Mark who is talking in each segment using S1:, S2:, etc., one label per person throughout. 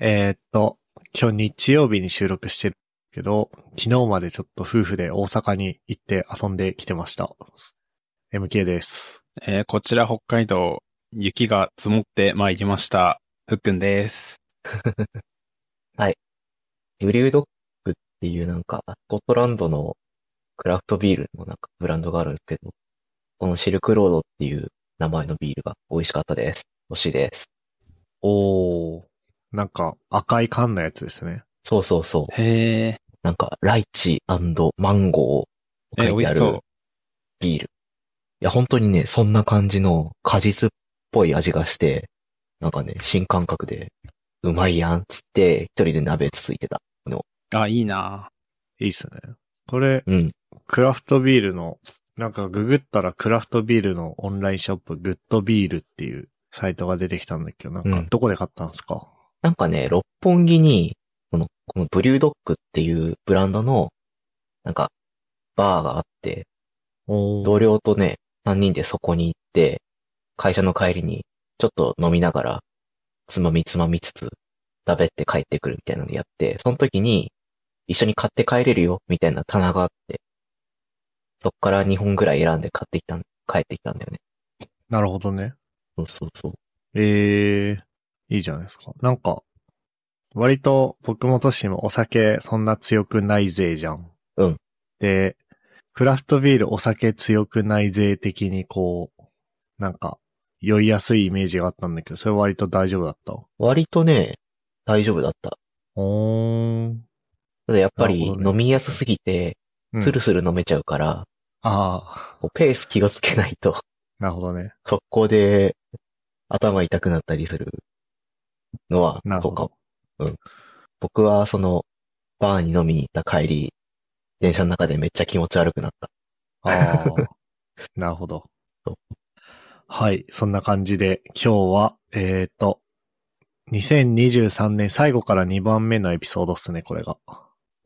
S1: えーっと、今日日曜日に収録してるけど、昨日までちょっと夫婦で大阪に行って遊んできてました。MK です。
S2: えーこちら北海道、雪が積もってまいりました。ふっくんです。
S3: ブリュードッグっていうなんか、スコットランドのクラフトビールのなんかブランドがあるんですけど、このシルクロードっていう名前のビールが美味しかったです。美味しいです。
S1: おー。なんか赤い缶のやつですね。
S3: そうそうそう。
S2: へえ、
S3: なんか、ライチマンゴーを
S2: え
S3: 書い
S2: 美味
S3: てあ
S2: し
S3: る
S2: そう。
S3: ビール。いや、本当にね、そんな感じの果実っぽい味がして、なんかね、新感覚で、うまいやんっつって、一人で鍋つついてた。
S2: あ、いいな。
S1: いいっすね。これ、
S3: うん。
S1: クラフトビールの、なんかググったらクラフトビールのオンラインショップ、グッドビールっていうサイトが出てきたんだけど、なん
S3: う
S1: か
S3: ん
S1: どこで買ったんですか、
S3: なんかね、六本木に、この、このブリュードッグっていうブランドの、なんか、バーがあって、
S1: おー。
S3: 同僚とね、3人でそこに行って、会社の帰りに、ちょっと飲みながら、つまみつまみつつ、食べって帰ってくるみたいなのやって、その時に、一緒に買って帰れるよ、みたいな棚があって、そっから2本ぐらい選んで買ってきたん、帰ってきたんだよね。
S1: なるほどね。
S3: そうそうそう。
S1: ええいいじゃないですか。なんか、割と僕もトシもお酒そんな強くないぜじゃん。
S3: うん。
S1: で、クラフトビールお酒強くないぜ的にこう、なんか、酔いやすいイメージがあったんだけど、それ割と大丈夫だった。
S3: 割とね、大丈夫だった。
S1: おーん。
S3: ただやっぱ
S1: な
S3: り
S1: るほどね
S3: 飲みやすすぎて、
S1: うん
S3: スルスル飲めちゃうから、
S1: ああ、
S3: こうペース気をつけないと、
S1: なるほどね。
S3: 速攻で頭痛くなったりするのは
S1: なる、
S3: そ
S1: ほ
S3: うかも
S1: ど。。
S3: 僕はその、バーに飲みに行った帰り、電車の中でめっちゃ気持ち悪くなった。
S1: ああ、 なるほど
S3: そう。
S1: はい、そんな感じで、今日は、えっ、ー、と、2023年最後から2番目のエピソードっすね、これが。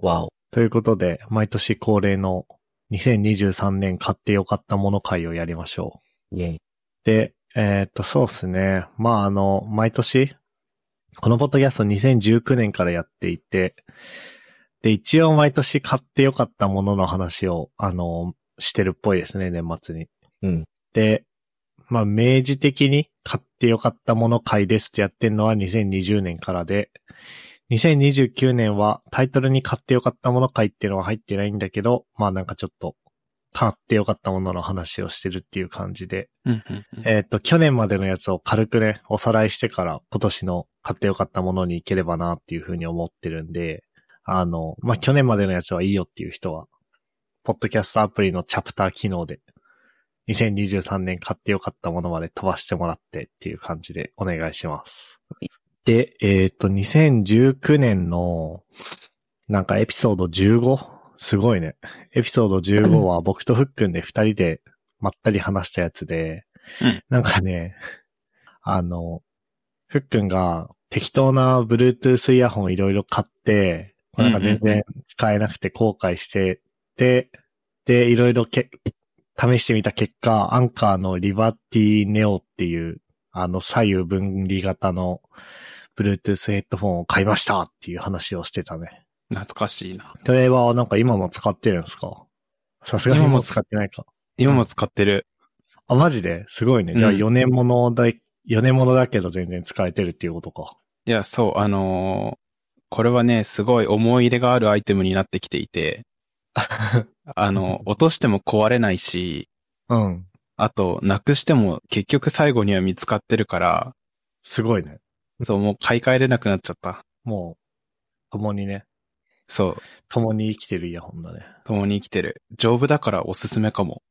S3: わお。
S1: ということで、毎年恒例の2023年買ってよかったもの会をやりましょ
S3: イェイ。
S1: う。で、えっ、ー、と、そうっすね。まあ、あの、毎年、このポッドキャスト2019年からやっていて、で、一応毎年買ってよかったものの話を、あの、してるっぽいですね、年末に。
S3: うん。
S1: で、まあ、明示的に買ってよかったもの会ですってやってんのは2020年からで、2029年はタイトルに買ってよかったもの会っていうのは入ってないんだけど、まあなんかちょっと、買ってよかったものの話をしてるっていう感じで、
S2: うんうんうん
S1: えっ、と、去年までのやつを軽くね、おさらいしてから今年の買ってよかったものに行ければなっていうふうに思ってるんで、あの、まあ去年までのやつはいいよっていう人は、ポッドキャストアプリのチャプター機能で、2023年買ってよかったものまで飛ばしてもらってっていう感じでお願いします。で、えっ、と、2019年の、なんかエピソード 15? すごいね。エピソード15は僕とふっくんで二人でまったり話したやつで、
S2: うん
S1: なんかね、あの、ふっくんが適当な Bluetooth イヤホンいろいろ買って、なんか全
S2: うんうん
S1: 然使えなくて後悔してて、で、いろいろけ、試してみた結果、アンカーのリバティネオっていう、あの左右分離型の Bluetooth ヘッドフォンを買いましたっていう話をしてたね。
S2: 懐かしいな。
S1: それはなんか今も使ってるんですかさすがに
S2: 今
S1: も
S2: も
S1: う使ってないか。
S2: 今も使ってる。
S1: あ、マジですごいね。じゃあ
S2: うん
S1: 4年ものだ、4年ものだけど全然使えてるっていうことか。
S2: いや、そう、あのーこれはね、すごい思い入れがあるアイテムになってきていて、あの、落としても壊れないし、
S1: うん。
S2: あと、なくしても結局最後には見つかってるから、
S1: すごいね。
S2: そう、もう買い替えれなくなっちゃった。
S1: もう、共にね、
S2: そう、
S1: 共に生きてるイヤホンだね。
S2: 共に生きてる。丈夫だからおすすめかも。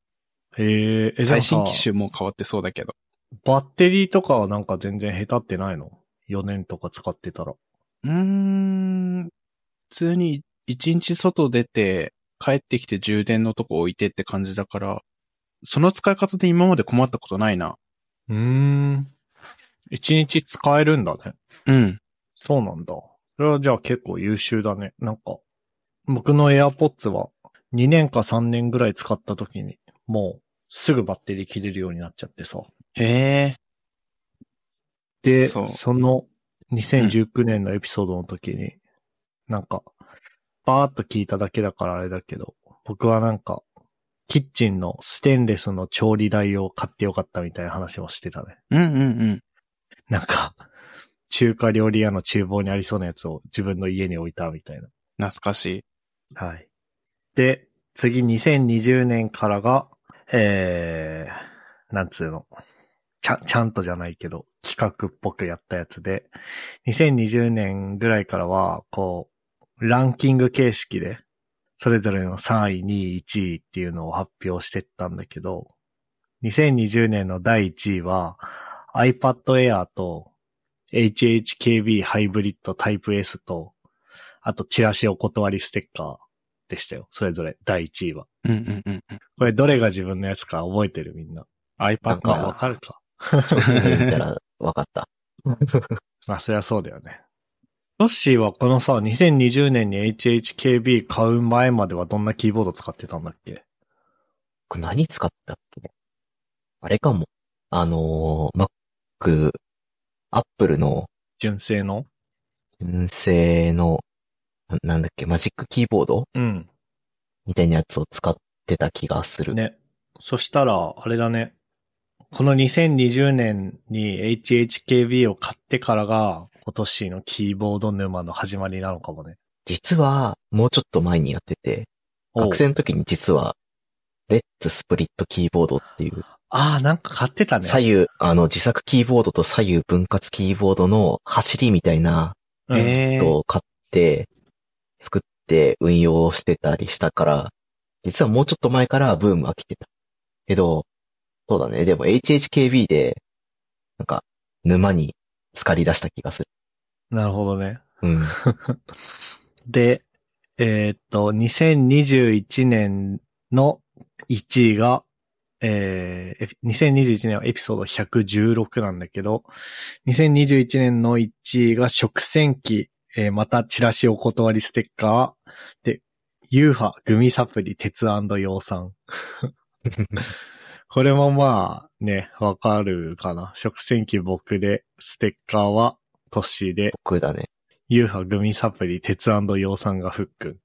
S1: へえ、え、じゃあ
S2: 最
S1: さ
S2: 新機種もう変わってそうだけど。
S1: バッテリーとかはなんか全然下手ってないの ?4 年とか使ってたら。
S2: うーん、普通に一日外出て、帰ってきて充電のとこ置いてって感じだから、その使い方で今まで困ったことないな。
S1: うーん。1日使えるんだね。
S2: うん。
S1: そうなんだ。それはじゃあ結構優秀だね。なんか、僕の AirPods は2年か3年ぐらい使った時に、もうすぐバッテリー切れるようになっちゃってさ。
S2: へえ。
S1: で、
S2: そう
S1: その2019年のエピソードの時に、なんか、バーっと聞いただけだからあれだけど、僕はなんか、キッチンのステンレスの調理台を買ってよかったみたいな話もしてたね。
S2: うんうんうん。
S1: なんか、中華料理屋の厨房にありそうなやつを自分の家に置いたみたいな。
S2: 懐かしい。
S1: はい。で、次2020年からが、えー、なんつうの。ちゃん、ちゃんとじゃないけど、企画っぽくやったやつで、2020年ぐらいからは、こう、ランキング形式で、それぞれの3位、2位、1位っていうのを発表してったんだけど、2020年の第1位は、iPad Air と HHKB ハイブリッドタイプ S と、あとチラシお断りステッカーでしたよ。それぞれ第1位は。
S2: うんうんうんうん。
S1: これどれが自分のやつか覚えてるみんな。
S3: なん
S1: まあ
S3: か
S2: iPad
S1: わかるか。
S3: 見 たら分かった。
S1: まあそりゃそうだよね。ヨッシーはこのさ、2020年に HHKB 買う前まではどんなキーボード使ってたんだっけ
S3: これ何使ったっけあれかも。あのー、Mac、Apple の
S1: 純正の
S3: 純正の、ななんだっけ、マジックキーボード
S1: うん。
S3: みたいなやつを使ってた気がする。
S1: ね。そしたら、あれだね。この2020年に HHKB を買ってからが、今年のキーボード沼の始まりなのかもね。
S3: 実は、もうちょっと前にやってて、
S1: おう
S3: 学生の時に実は、レッツスプリットキーボードっていう、
S1: ああ、なんか買ってたね。
S3: 左右、あの、自作キーボードと左右分割キーボードの走りみたいな
S1: うん
S2: え
S3: の
S2: ー
S3: を買って、作って運用してたりしたから、実はもうちょっと前からブームは来てた。けど、そうだね。でも HHKB で、なんか、沼に浸かり出した気がする。
S1: なるほどね。
S3: うん。
S1: で、えーっと、2021年の1位が、えー、エピ2021年はエピソード116なんだけど、2021年の1位が食洗機、えーまたチラシお断りステッカー、で、ユーハ、グミサプリ、鉄養酸。 これもまあ、ね、わかるかな。食洗機僕で、ステッカーはトッシーで、
S3: 僕だね。
S1: ユーハグミサプリ、鉄養酸がフックン。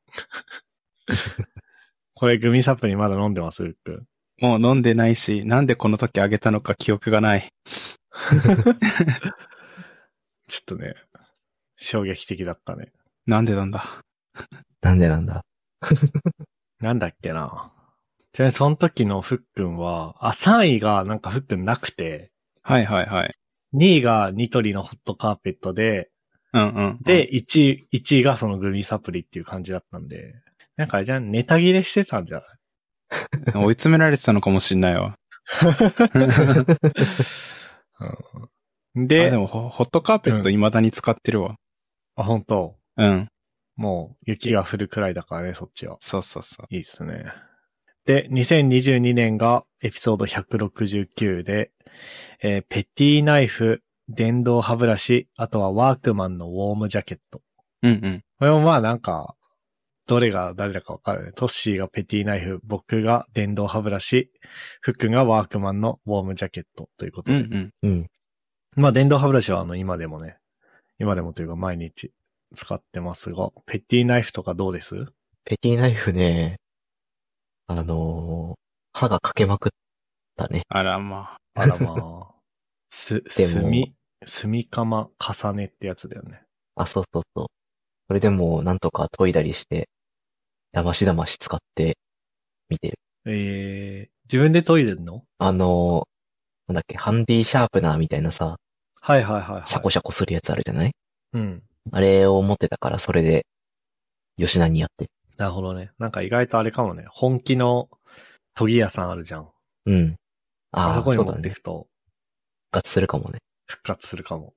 S1: これグミサプリまだ飲んでますフックン。
S2: もう飲んでないし、なんでこの時あげたのか記憶がない。
S1: ちょっとね、衝撃的だったね。
S2: なんでなんだ。
S3: なんでなんだ。
S1: なんだっけな。ちなみにその時のフックンは、あ、3位がなんかフックンなくて、
S2: はいはいはい。
S1: 2位がニトリのホットカーペットで、
S2: うんうん。
S1: で、、1位、1位がそのグミサプリっていう感じだったんで、なんかあれじゃあネタ切れしてたんじゃない
S2: 追い詰められてたのかもしんないわ。
S1: うん
S2: で、
S1: で、あ
S2: でもホホットカーペット未だに使ってるわ。
S1: 本当
S2: うん。
S1: もう雪が降るくらいだからね、そっちは。
S2: そうそうそう。
S1: いいっすね。で、2022年がエピソード169で、えーペティナイフ、電動歯ブラシ、あとはワークマンのウォームジャケット。
S2: うんうん。
S1: これもまあなんか、どれが誰だかわかるね。トッシーがペティナイフ、僕が電動歯ブラシ、フックがワークマンのウォームジャケットということ
S2: うん
S1: で。
S2: うん。
S3: うん。
S1: まあ電動歯ブラシはあの今でもね、今でもというか毎日使ってますが、ペティナイフとかどうです
S3: ペティナイフね、あのー歯が欠けまくったね。
S2: あらま
S1: あらまあ。す、
S3: でも
S1: すみ、すみかま重ねってやつだよね。
S3: あ、そうそうそう。それでも、なんとか研いだりして、だましだまし使って、見てる。
S1: えー、自分で研いでんの
S3: あのーなんだっけ、ハンディシャープナーみたいなさ、
S1: はいはいはい、はい。
S3: シャコシャコするやつあるじゃない、
S1: うん。
S3: あれを持ってたから、それで、吉田にやってる。
S1: なるほどね。なんか意外とあれかもね。本気の研ぎ屋さんあるじゃん。
S3: うん。
S1: あ
S3: あ
S1: そ
S3: あ、
S1: こに
S3: そう
S1: 持
S3: だ
S1: って
S3: ね。
S1: くと
S3: 復活するかもね。
S1: 復活するかも。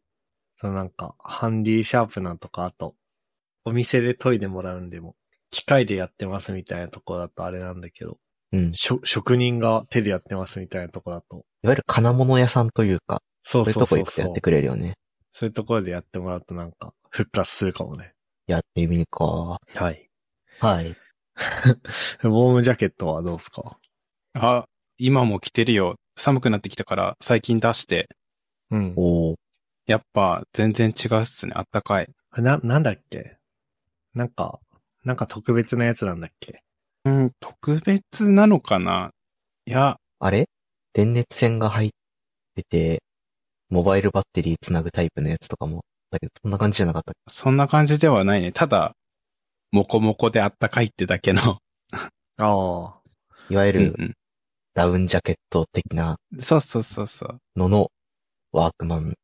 S1: そのなんか、ハンディシャープナーとか、あと、お店で研いでもらうんでも、機械でやってますみたいなところだとあれなんだけど、
S3: うん。い
S1: しょ職人が手でやってますみたいなところだと、
S3: わゆる金物屋さんというか、
S1: そう
S3: そういう
S1: そう
S3: とこ
S1: そう
S3: 行くと
S1: そ
S3: や
S1: う
S3: って。くれるよね。
S1: そういうところでやってもらうとなんか、復活するかもね。
S3: やってみるか。
S1: はい。
S3: は い。
S1: ウォームジャケットはどうですか
S2: あ。あ、今も着てるよ。寒くなってきたから最近出して、
S1: うん。
S3: おー。
S2: やっぱ全然違うっすね。あったかい。
S1: これな、なんだっけなんか、なんか特別なやつなんだっけ
S2: うん、特別なのかないや、
S3: あれ電熱線が入ってて、モバイルバッテリーつなぐタイプのやつとかも、だけど、そんな感じじゃなかったっけ
S2: そんな感じではないね。ただ、もこもこであったかいってだけの。
S1: ああ。
S3: いわゆ
S2: うん
S3: るダウンジャケット的な
S2: うん。そうそうそうそう。
S3: ののワークマン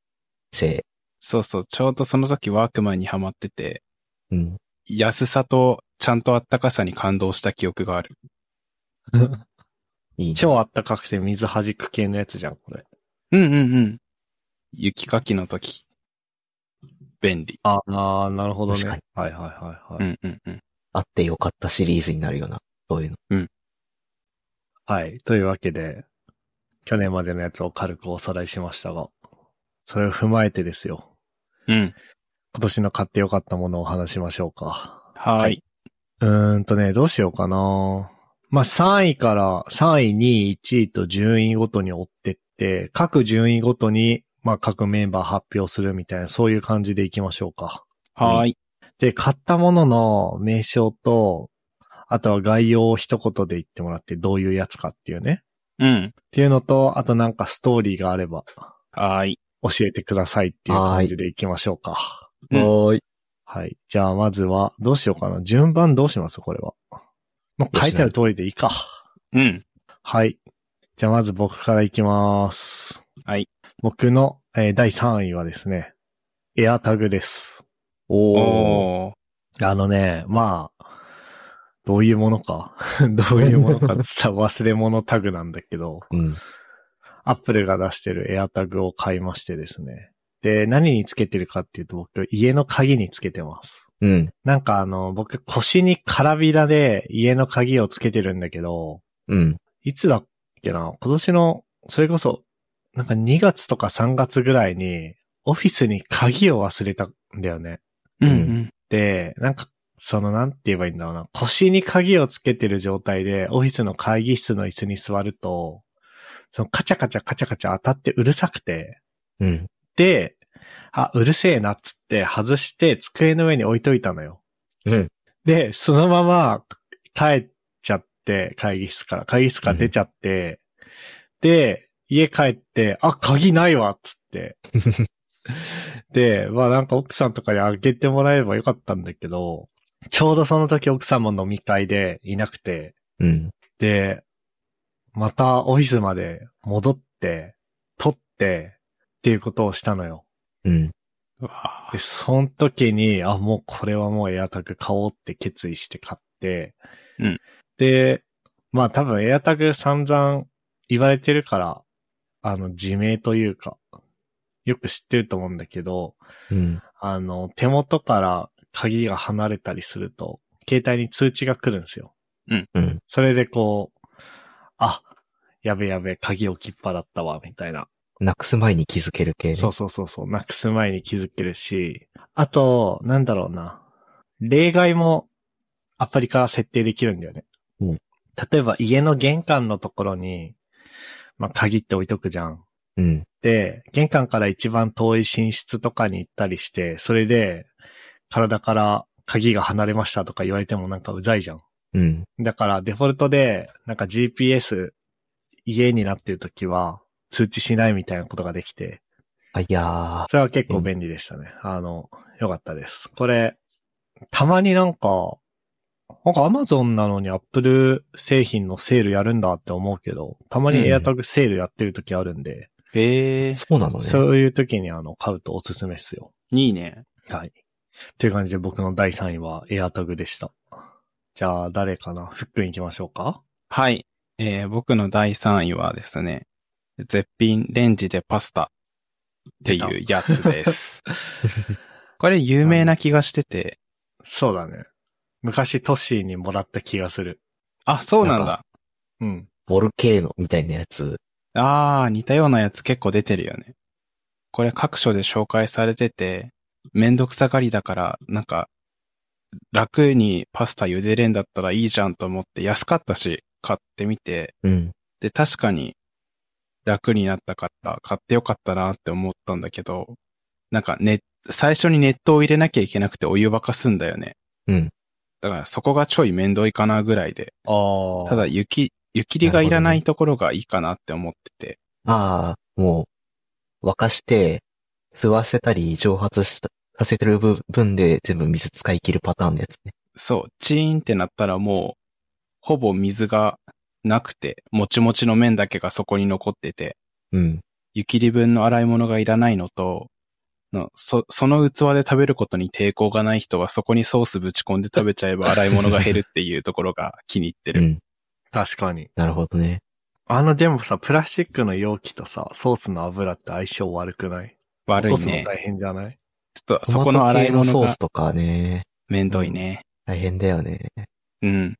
S3: 性。
S2: そうそう。ちょうどその時ワークマンにハマってて、
S3: うん。
S2: 安さとちゃんとあったかさに感動した記憶がある。
S3: いいね、
S1: 超あったかくて水弾く系のやつじゃん、これ。
S2: うんうんうん。雪かきの時。便利。
S1: ああ、なるほどね。
S3: 確かに
S1: はいはいはいはい。
S2: うんうんうん。
S3: あってよかったシリーズになるような、そういうの。
S1: はい。というわけで、去年までのやつを軽くおさらいしましたが、それを踏まえてですよ。
S2: うん。
S1: 今年の買ってよかったものを話しましょうか。
S2: は
S3: は
S2: ーい
S3: い。
S1: うーんとね、どうしようかな。まあ、3位から、3位、2位、1位と順位ごとに追ってって、各順位ごとに、まあ、各メンバー発表するみたいな、そういう感じでいきましょうか。
S2: はーい。
S1: で、買ったものの名称と、あとは概要を一言で言ってもらって、どういうやつかっていうね。
S2: うん。
S1: っていうのと、あとなんかストーリーがあれば、
S2: はーい。
S1: 教えてくださいっていう感じでいきましょうか。
S2: うん
S3: はーい。
S1: はい。じゃあ、まずは、どうしようかな。順番どうしますこれは。まあ、書いてある通りでいいか。
S2: うん。
S1: はい。じゃあ、まず僕からいきます。
S2: はい。
S1: 僕の、えー第3位はですね、エアタグです。
S3: おー。
S2: おー。
S1: あのね、まあ、どういうものか。 どういうものかって 言ったら忘れ物タグなんだけど、
S3: うん。
S1: アップルが出してるエアタグを買いましてですね。で、何につけてるかっていうと、僕、家の鍵につけてます。
S3: うん。
S1: なんかあの、僕、腰にカラビナで家の鍵をつけてるんだけど、
S3: うん。
S1: いつだっけな今年の、それこそ、なんか2月とか3月ぐらいに、オフィスに鍵を忘れたんだよね。
S2: うんん。
S1: で、なんか、その、なんて言えばいいんだろうな。腰に鍵をつけてる状態で、オフィスの会議室の椅子に座ると、そのカチャカチャカチャカチャ当たってうるさくて、
S3: うん。
S1: で、あ、うるせえなっつって外して机の上に置いといたのよ。
S3: うん。
S1: で、そのまま帰っちゃって、会議室から、会議室から出ちゃって、で、家帰って、あ、鍵ないわっつっ て。で、まあなんか奥さんとかにあげてもらえればよかったんだけど、ちょうどその時奥さんも飲み会でいなくて、
S3: うん。
S1: で、またオフィスまで戻って、取って、っていうことをしたのよ。
S3: うん。
S2: うわ
S1: で、その時に、あ、もうこれはもうエアタグ買おうって決意して買って、
S2: うん
S1: で、まあ多分エアタグ散々言われてるから、あの、自明というか、よく知ってると思うんだけど、
S3: うん。
S1: あの、手元から鍵が離れたりすると、携帯に通知が来るんですよ。
S3: うん。
S1: それでこう、あ、やべやべ、鍵置きっぱだったわ、みたいな。
S3: なくす前に気づける系ね。
S1: そうそうそうそう、なくす前に気づけるし、あと、なんだろうな。例外もアプリから設定できるんだよね。
S3: うん
S1: 例えば家の玄関のところに、まあ、鍵って置いとくじゃん。
S3: うん。
S1: で、玄関から一番遠い寝室とかに行ったりして、それで、体から鍵が離れましたとか言われてもなんかうざいじゃん。
S3: うん。
S1: だからデフォルトで、なんか GPS 家になってる時は通知しないみたいなことができて、
S3: あいや
S1: それは結構便利でしたね。あの、よかったです。これ、たまになんか、なんか Amazon なのに Apple 製品のセールやるんだって思うけど、たまに
S3: うん
S1: AirTag セールやってる時あるんで、
S2: ー。へえ
S3: ー。。そうなのね。
S1: そういう時にあの、買うとおすすめっすよ。
S2: いいね。
S1: はい。という感じで僕の第3位は AirTag でした。じゃあ、誰かなふっくん行きましょうか
S2: はい。えー、僕の第3位はですね、絶品レンジでパスタっていうやつです。 これ有名な気がしてて、
S1: そうだね。昔トッシーにもらった気がする。
S2: あ、そうなん
S3: なん
S2: だ。
S1: うん。
S3: ボルケーノみたいなやつ。
S2: あー、似たようなやつ結構出てるよね。これ各所で紹介されてて、めんどくさがりだから、なんか、楽にパスタ茹でれんだったらいいじゃんと思って安かったし、買ってみて、
S3: うん。
S2: で、確かに楽になったから買ってよかったなって思ったんだけど、なんかね、最初に熱湯を入れなきゃいけなくてお湯沸かすんだよね。
S3: うん。
S2: だからそこがちょい面倒いかなぐらいで、
S1: ああ。
S2: ただ雪、湯切りがいらないところがいいかなって思ってて、
S3: ああ、もう、沸かして、吸わせたり蒸発したさせてる部分で全部水使い切るパターンのやつね。
S2: そう、チーンってなったらもう、ほぼ水がなくて、もちもちの麺だけがそこに残ってて、
S3: うん。
S2: 湯切り分の洗い物がいらないのと、のそその器で食べることに抵抗がない人はそこにソースぶち込んで食べちゃえば洗い物が減るっていうところが気に入って
S3: う
S2: る。
S3: ん。
S1: 確かに。
S3: なるほどね。
S1: あの、でもさ、プラスチックの容器とさ、ソースの油って相性悪くない
S2: 悪い
S1: 落とすの
S2: ね。
S1: 大変じゃない
S2: ちょっとそこの洗い
S3: トマト系
S2: 物
S3: のソー
S2: が
S3: スとかね、
S2: めんどいね。
S3: 大変だよね。
S2: うん。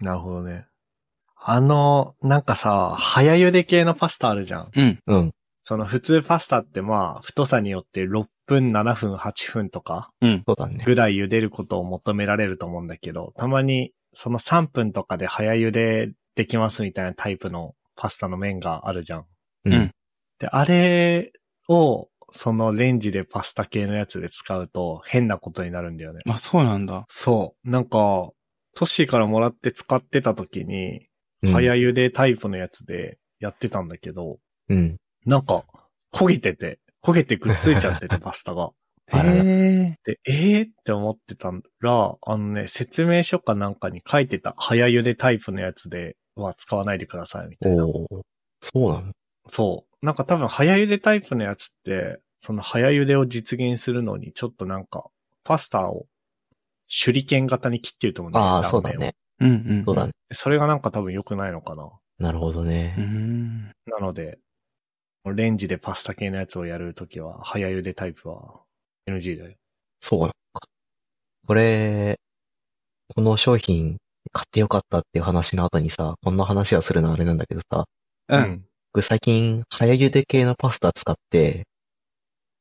S1: なるほどね。あの、なんかさ、早茹で系のパスタあるじゃん。
S2: うん。
S3: うん。
S1: その普通パスタってまあ、太さによって6分、7分、8分とか
S3: そうだね。
S1: ぐらい茹でることを求められると思うんだけど、たまにその3分とかで早茹でできますみたいなタイプのパスタの麺があるじゃん。
S3: うん
S2: うん
S1: で、あれを、そのレンジでパスタ系のやつで使うと変なことになるんだよね。
S2: あ、そうなんだ。
S1: そう。なんか、トッシーからもらって使ってた時に、
S3: うん
S1: 早茹でタイプのやつでやってたんだけど、
S3: うん。
S1: なんか、焦げてて、焦げてくっついちゃって て、パスタが。
S3: あらら
S2: へえ。
S1: で、えー、って思ってたら、あのね、説明書かなんかに書いてた、早茹でタイプのやつでは使わないでください、みたいな。
S3: おお。そうなの
S1: そう。なんか多分、早茹でタイプのやつって、その早茹でを実現するのに、ちょっとなんか、パスタを手裏剣型に切ってると思うんよ
S3: ああ、そう
S1: 断面
S3: だ
S1: を
S3: ね。
S2: うんうん。
S3: そうだね。。
S1: それがなんか多分良くないのかな。
S3: なるほど
S2: う
S3: ね。
S2: ん。
S1: なので、レンジでパスタ系のやつをやるときは、早茹でタイプは NG だよ。
S3: そうなのか。これ、この商品買ってよかったっていう話の後にさ、こんな話はするのはあれなんだけどさ、
S2: うん。。
S3: 僕最近早茹で系のパスタ使って、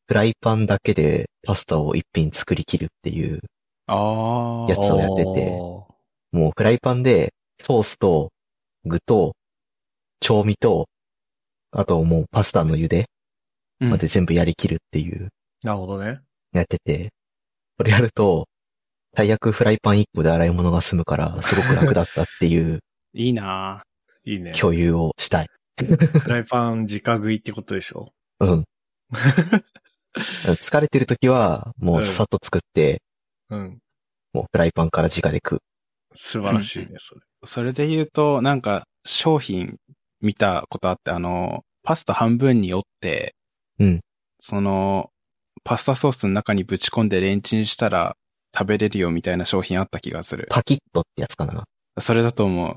S3: フライパンだけでパスタを一品作り切るっていう、
S2: ああ。
S3: やつをやっててもうフライパンでソースと具と調味と、あともうパスタの茹で
S2: うん
S3: まで全部やりきるっていう、
S1: なるほどね。
S3: やってて、これやると、最悪フライパン1個で洗い物が済むから、すごく楽だったっていう
S2: いいない
S1: いね。
S3: 共有をしたい。
S1: フライパン直食いってことでしょ
S3: うん。疲れてる時は、もうささっと作って、
S1: うん。
S3: もうフライパンから直で食う。
S1: 素晴らしいね、それ。
S2: それで言うと、なんか、商品見たことあって、あの、パスタ半分に折って、
S3: うん
S2: その、パスタソースの中にぶち込んでレンチンしたら食べれるよみたいな商品あった気がする。
S3: パキッとってやつかな。
S2: それだと思う。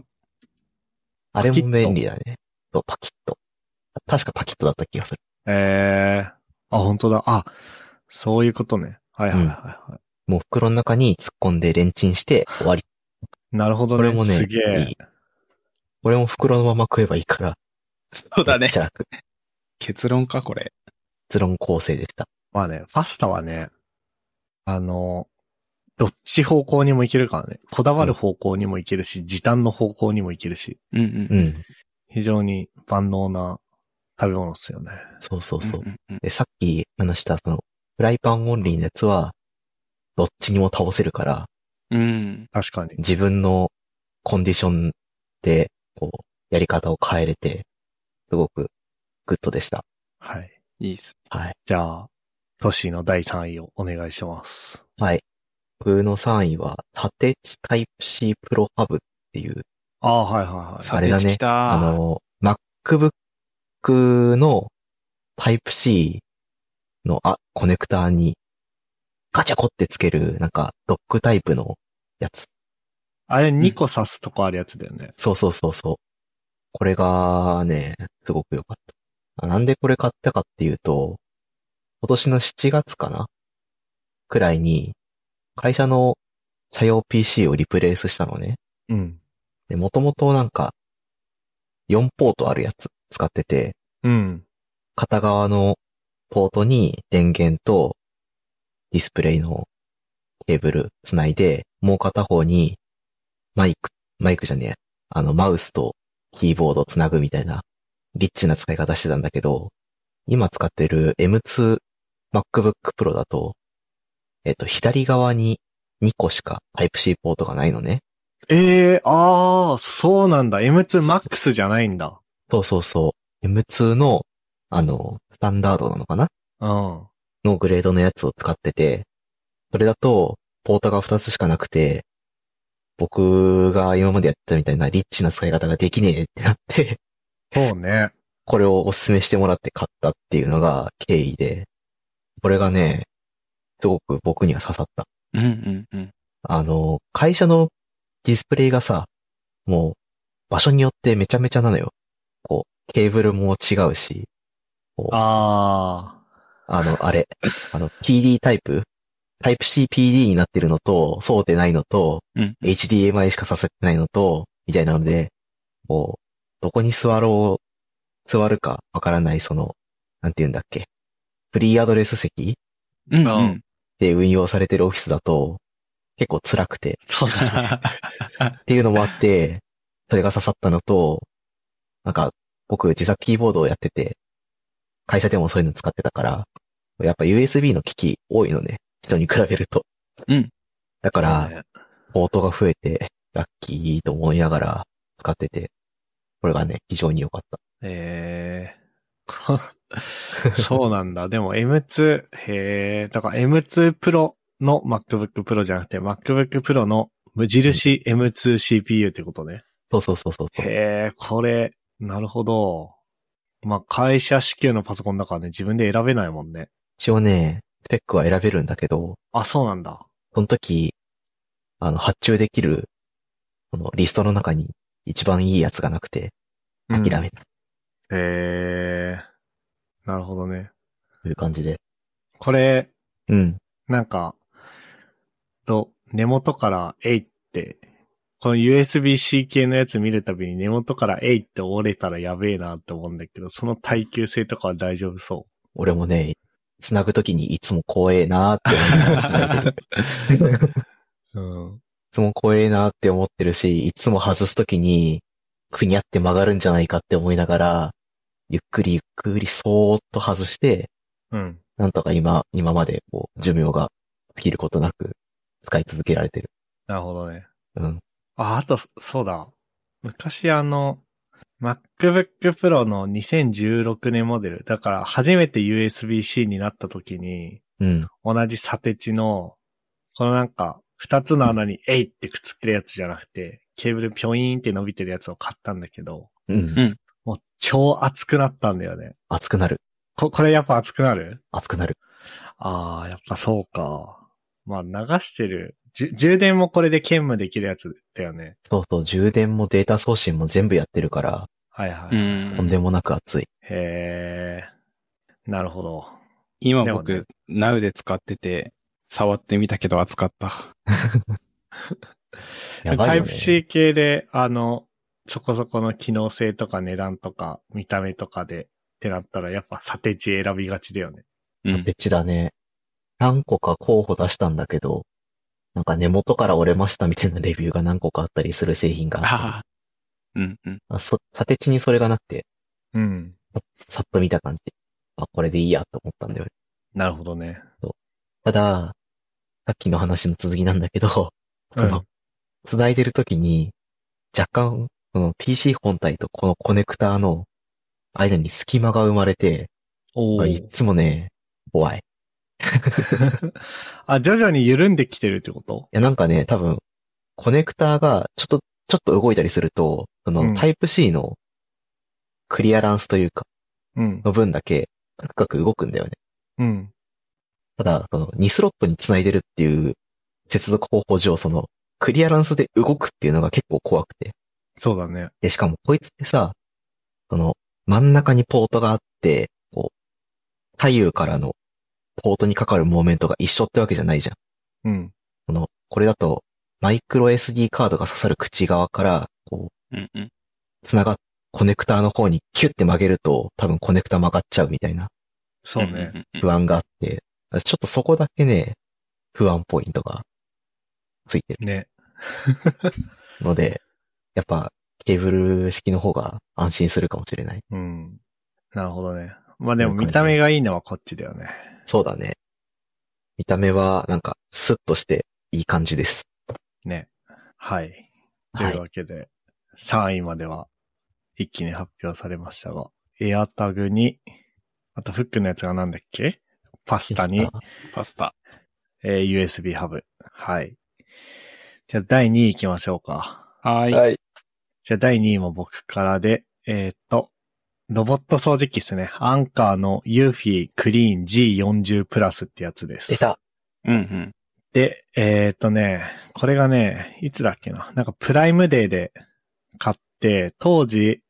S3: あれ
S1: パキッ
S3: も
S1: と
S3: 便利だね。そう、パキッと。確かパキッとだった気がする。
S1: ええあ、本当だ。あ、そういうことね。はいはいはい、はい
S3: もう袋の中に突っ込んでレンチンして終わり。
S1: なるほどね。
S3: これもね
S1: すげえ。
S3: いいこれも袋のまま食えばいいから。
S2: そうだね
S3: めっち。ゃ楽。
S2: 結論か、これ。
S3: 結論構成でした。
S1: まあね、パスタはね、あの、どっち方向にもいけるからね。こだわる方向にもいけるし、時短の方向にもいけるし、
S2: うんうん。
S3: う
S2: うん
S3: ん。
S1: 非常に万能な食べ物ですよね。
S3: そうそうそう。
S2: んうん。
S3: で、さっき話したその、フライパンオンリーのやつは、どっちにも倒せるから、
S2: うん。
S1: 確かに。
S3: 自分のコンディションで、こう、やり方を変えれて、すごくグッドでした。
S1: はい。
S2: いいっす。
S3: はい。
S1: じゃあ、トシの第3位をお願いします。
S3: はい。僕の3位は、縦地タイプ C プロハブっていう、
S1: ああ、はいはいはい。
S2: さ
S3: あれ
S2: て、
S3: だね
S2: 来た。
S3: あ、の、MacBook のタイプ C の、あ、コネクターに、ガチャコってつける、なんか、ロックタイプのやつ。
S1: あれ2個刺すとこあるやつだよね。
S3: そうそうそうそう。これがね、すごく良かった。あなんでこれ買ったかっていうと、今年の7月かなくらいに、会社の社用 PC をリプレイスしたのね。
S1: うん。
S3: で、もともとなんか、4ポートあるやつ使ってて、
S1: うん。
S3: 片側のポートに電源とディスプレイのケーブルつないで、もう片方にマイク、マイクじゃねえ、あのマウスとキーボードつなぐみたいなリッチな使い方してたんだけど、今使ってる M2 MacBook Pro だと、えっと、左側に2個しか Type-C ポートがないのね。
S1: ええああ、そうなんだ。M2MAX じゃないんだ。
S3: そうそうそう。M2 の、あの、スタンダードなのかな
S1: うん。
S3: のグレードのやつを使ってて、それだと、ポートが2つしかなくて、僕が今までやってたみたいなリッチな使い方ができねえってなって、
S1: そうね。
S3: これをお勧めしてもらって買ったっていうのが経緯で、これがね、すごく僕には刺さった。
S2: うんうんうん。
S3: あの、会社のディスプレイがさ、もう、場所によってめちゃめちゃなのよ。こう、ケーブルも違うし、
S1: あ
S3: あの、あれ、あの、PD タイプタイプ CPD になってるのと、そうでないのと、
S2: うん。
S3: HDMI しかさせてないのと、みたいなので、もう、どこに座ろう、座るかわからない、その、なんて言うんだっけ。フリーアドレス席
S2: うんう
S1: うんん。
S3: で運用されてるオフィスだと、結構辛くて、
S1: あ、そうだね。
S3: っていうのもあって、それが刺さったのと、なんか、僕自作キーボードをやってて、会社でもそういうの使ってたから、やっぱ USB の機器多いのね。人に比べると。
S2: うん。
S3: だか
S1: そう
S3: ら、
S1: ね
S3: ポートが増えて、ラッキーと思いながら使ってて、これがね、非常に良かった。
S1: ええ そうなんだ。でも M2、へえ、だから M2 Pro の MacBook Pro じゃなくて MacBook Pro の無印 M2 CPU ってことね。
S3: そうそうそうそうそう。
S1: へえ、これ、なるほど。まあ、会社支給のパソコンだからね、自分で選べないもんね。
S3: 一応ね、スペックは選べるんだけど、
S1: あ、そうなんだ。
S3: その時、あの、発注できる、このリストの中に一番いいやつがなくて、諦め
S1: へ
S3: た
S1: え、なるほどね。
S3: という感じで。
S1: これ、
S3: うん。
S1: なんか、と、根元から、えいって、この USB-C 系のやつ見るたびに根元から、えいって折れたらやべえなって思うんだけど、その耐久性とかは大丈夫そ。
S3: 俺もね、繋ぐときにいつも怖えなーって思いながら繋いでる。いう
S1: うん。
S3: つも怖えなーって思ってるし、いつも外すときに、くにゃって曲がるんじゃないかって思いながら、ゆっくりゆっくりそーっと外して、
S1: うん。
S3: なんとか今、今までこう、寿命が尽きることなく、使い続けられてる。
S1: なるほどね。
S3: うん。
S1: あ、あと、そうだ。昔あの、MacBook Pro の2016年モデル。だから、初めて USB-C になった時に、
S3: うん。
S1: 同じサテチの、このなんか、二つの穴にえいってくっつけるやつじゃなくて、ケーブルピョイーンって伸びてるやつを買ったんだけど、
S3: うん。
S1: もう超熱くなったんだよね。
S3: 熱くなる。
S1: こ、これやっぱ熱くなる
S3: 熱くなる。
S1: ああ、やっぱそうか。まあ流してる。じゅ充電もこれで兼務できるやつだよね。
S3: そうそう、充電もデータ送信も全部やってるから、
S1: はいはい。
S2: う
S1: へ
S3: とん
S2: ん。
S3: でもなく熱い。
S1: え。なるほど。
S2: 今
S1: でも
S2: 僕
S1: ね、
S2: Now で使ってて、触ってみたけど熱かった。
S3: やばいよ
S1: タイプ
S3: ね。
S1: C 系で、あの、そこそこの機能性とか値段とか見た目とかでってなったらやっぱサテチ選びがちだよね。
S2: うん。
S3: 別だね。何個か候補出したんだけど、なんか根元から折れましたみたいなレビューが何個かあったりする製品があったり
S2: ああ。うんうん。
S3: あそ、サテチにそれがなくて、
S1: うん。
S3: さっと見た感じ。あ、これでいいやと思ったんだよね。
S1: なるほどね。
S3: ただ、さっきの話の続きなんだけど、その、繋いでる時に、若干、その PC 本体とこのコネクターの間に隙間が生まれて、
S1: お
S3: まあいっつもね、怖い。い
S1: あ、徐々に緩んできてるってこと
S3: や、なんかね、多分、コネクターがちょっと、ちょっと動いたりすると、そうの
S1: ん
S3: タイプ C のクリアランスというか、
S1: うん。
S3: の分だけ、カクカク動くんだよね。
S1: うん。
S3: ただ、その2スロットにつないでるっていう接続方法上、そのクリアランスで動くっていうのが結構怖くて。
S1: そうだね。
S3: で、しかもこいつってさ、その真ん中にポートがあって、こう、左右からのポートにかかるモーメントが一緒ってわけじゃないじゃん。
S1: うん。
S3: この、これだと、マイクロ SD カードが刺さる口側から、こう、
S2: うんうん。
S3: つながっ、コネクターの方にキュッて曲げると、多分コネクタ曲がっちゃうみたいな
S1: そうね。
S2: んうんうん。
S3: 不安があって、ちょっとそこだけね、不安ポイントがついてる
S1: ね。
S3: ので、やっぱケーブル式の方が安心するかもしれない。
S1: うん。なるほどね。まあでも見た目がいいのはこっちだよね。
S3: そうだね。見た目は、なんか、スッとしていい感じです。
S1: ね。はい。と。
S3: はいいう
S1: わけで、3位までは一気に発表されましたが、エアタグに、あとフックのやつがなんだっけパスタに、
S2: パスタ。
S1: えー USB ハブ。はい。じゃあ第2位行きましょうか。
S2: はい。
S4: はい。
S1: じゃあ第2位も僕からで、えーっと、ロボット掃除機ですね。アンカーのユーフィークリーン G40 プラスってやつです。
S3: 出た。
S2: うんうん。
S1: で、えーっとね、これがね、いつだっけな。なんかプライムデーで買って、当時、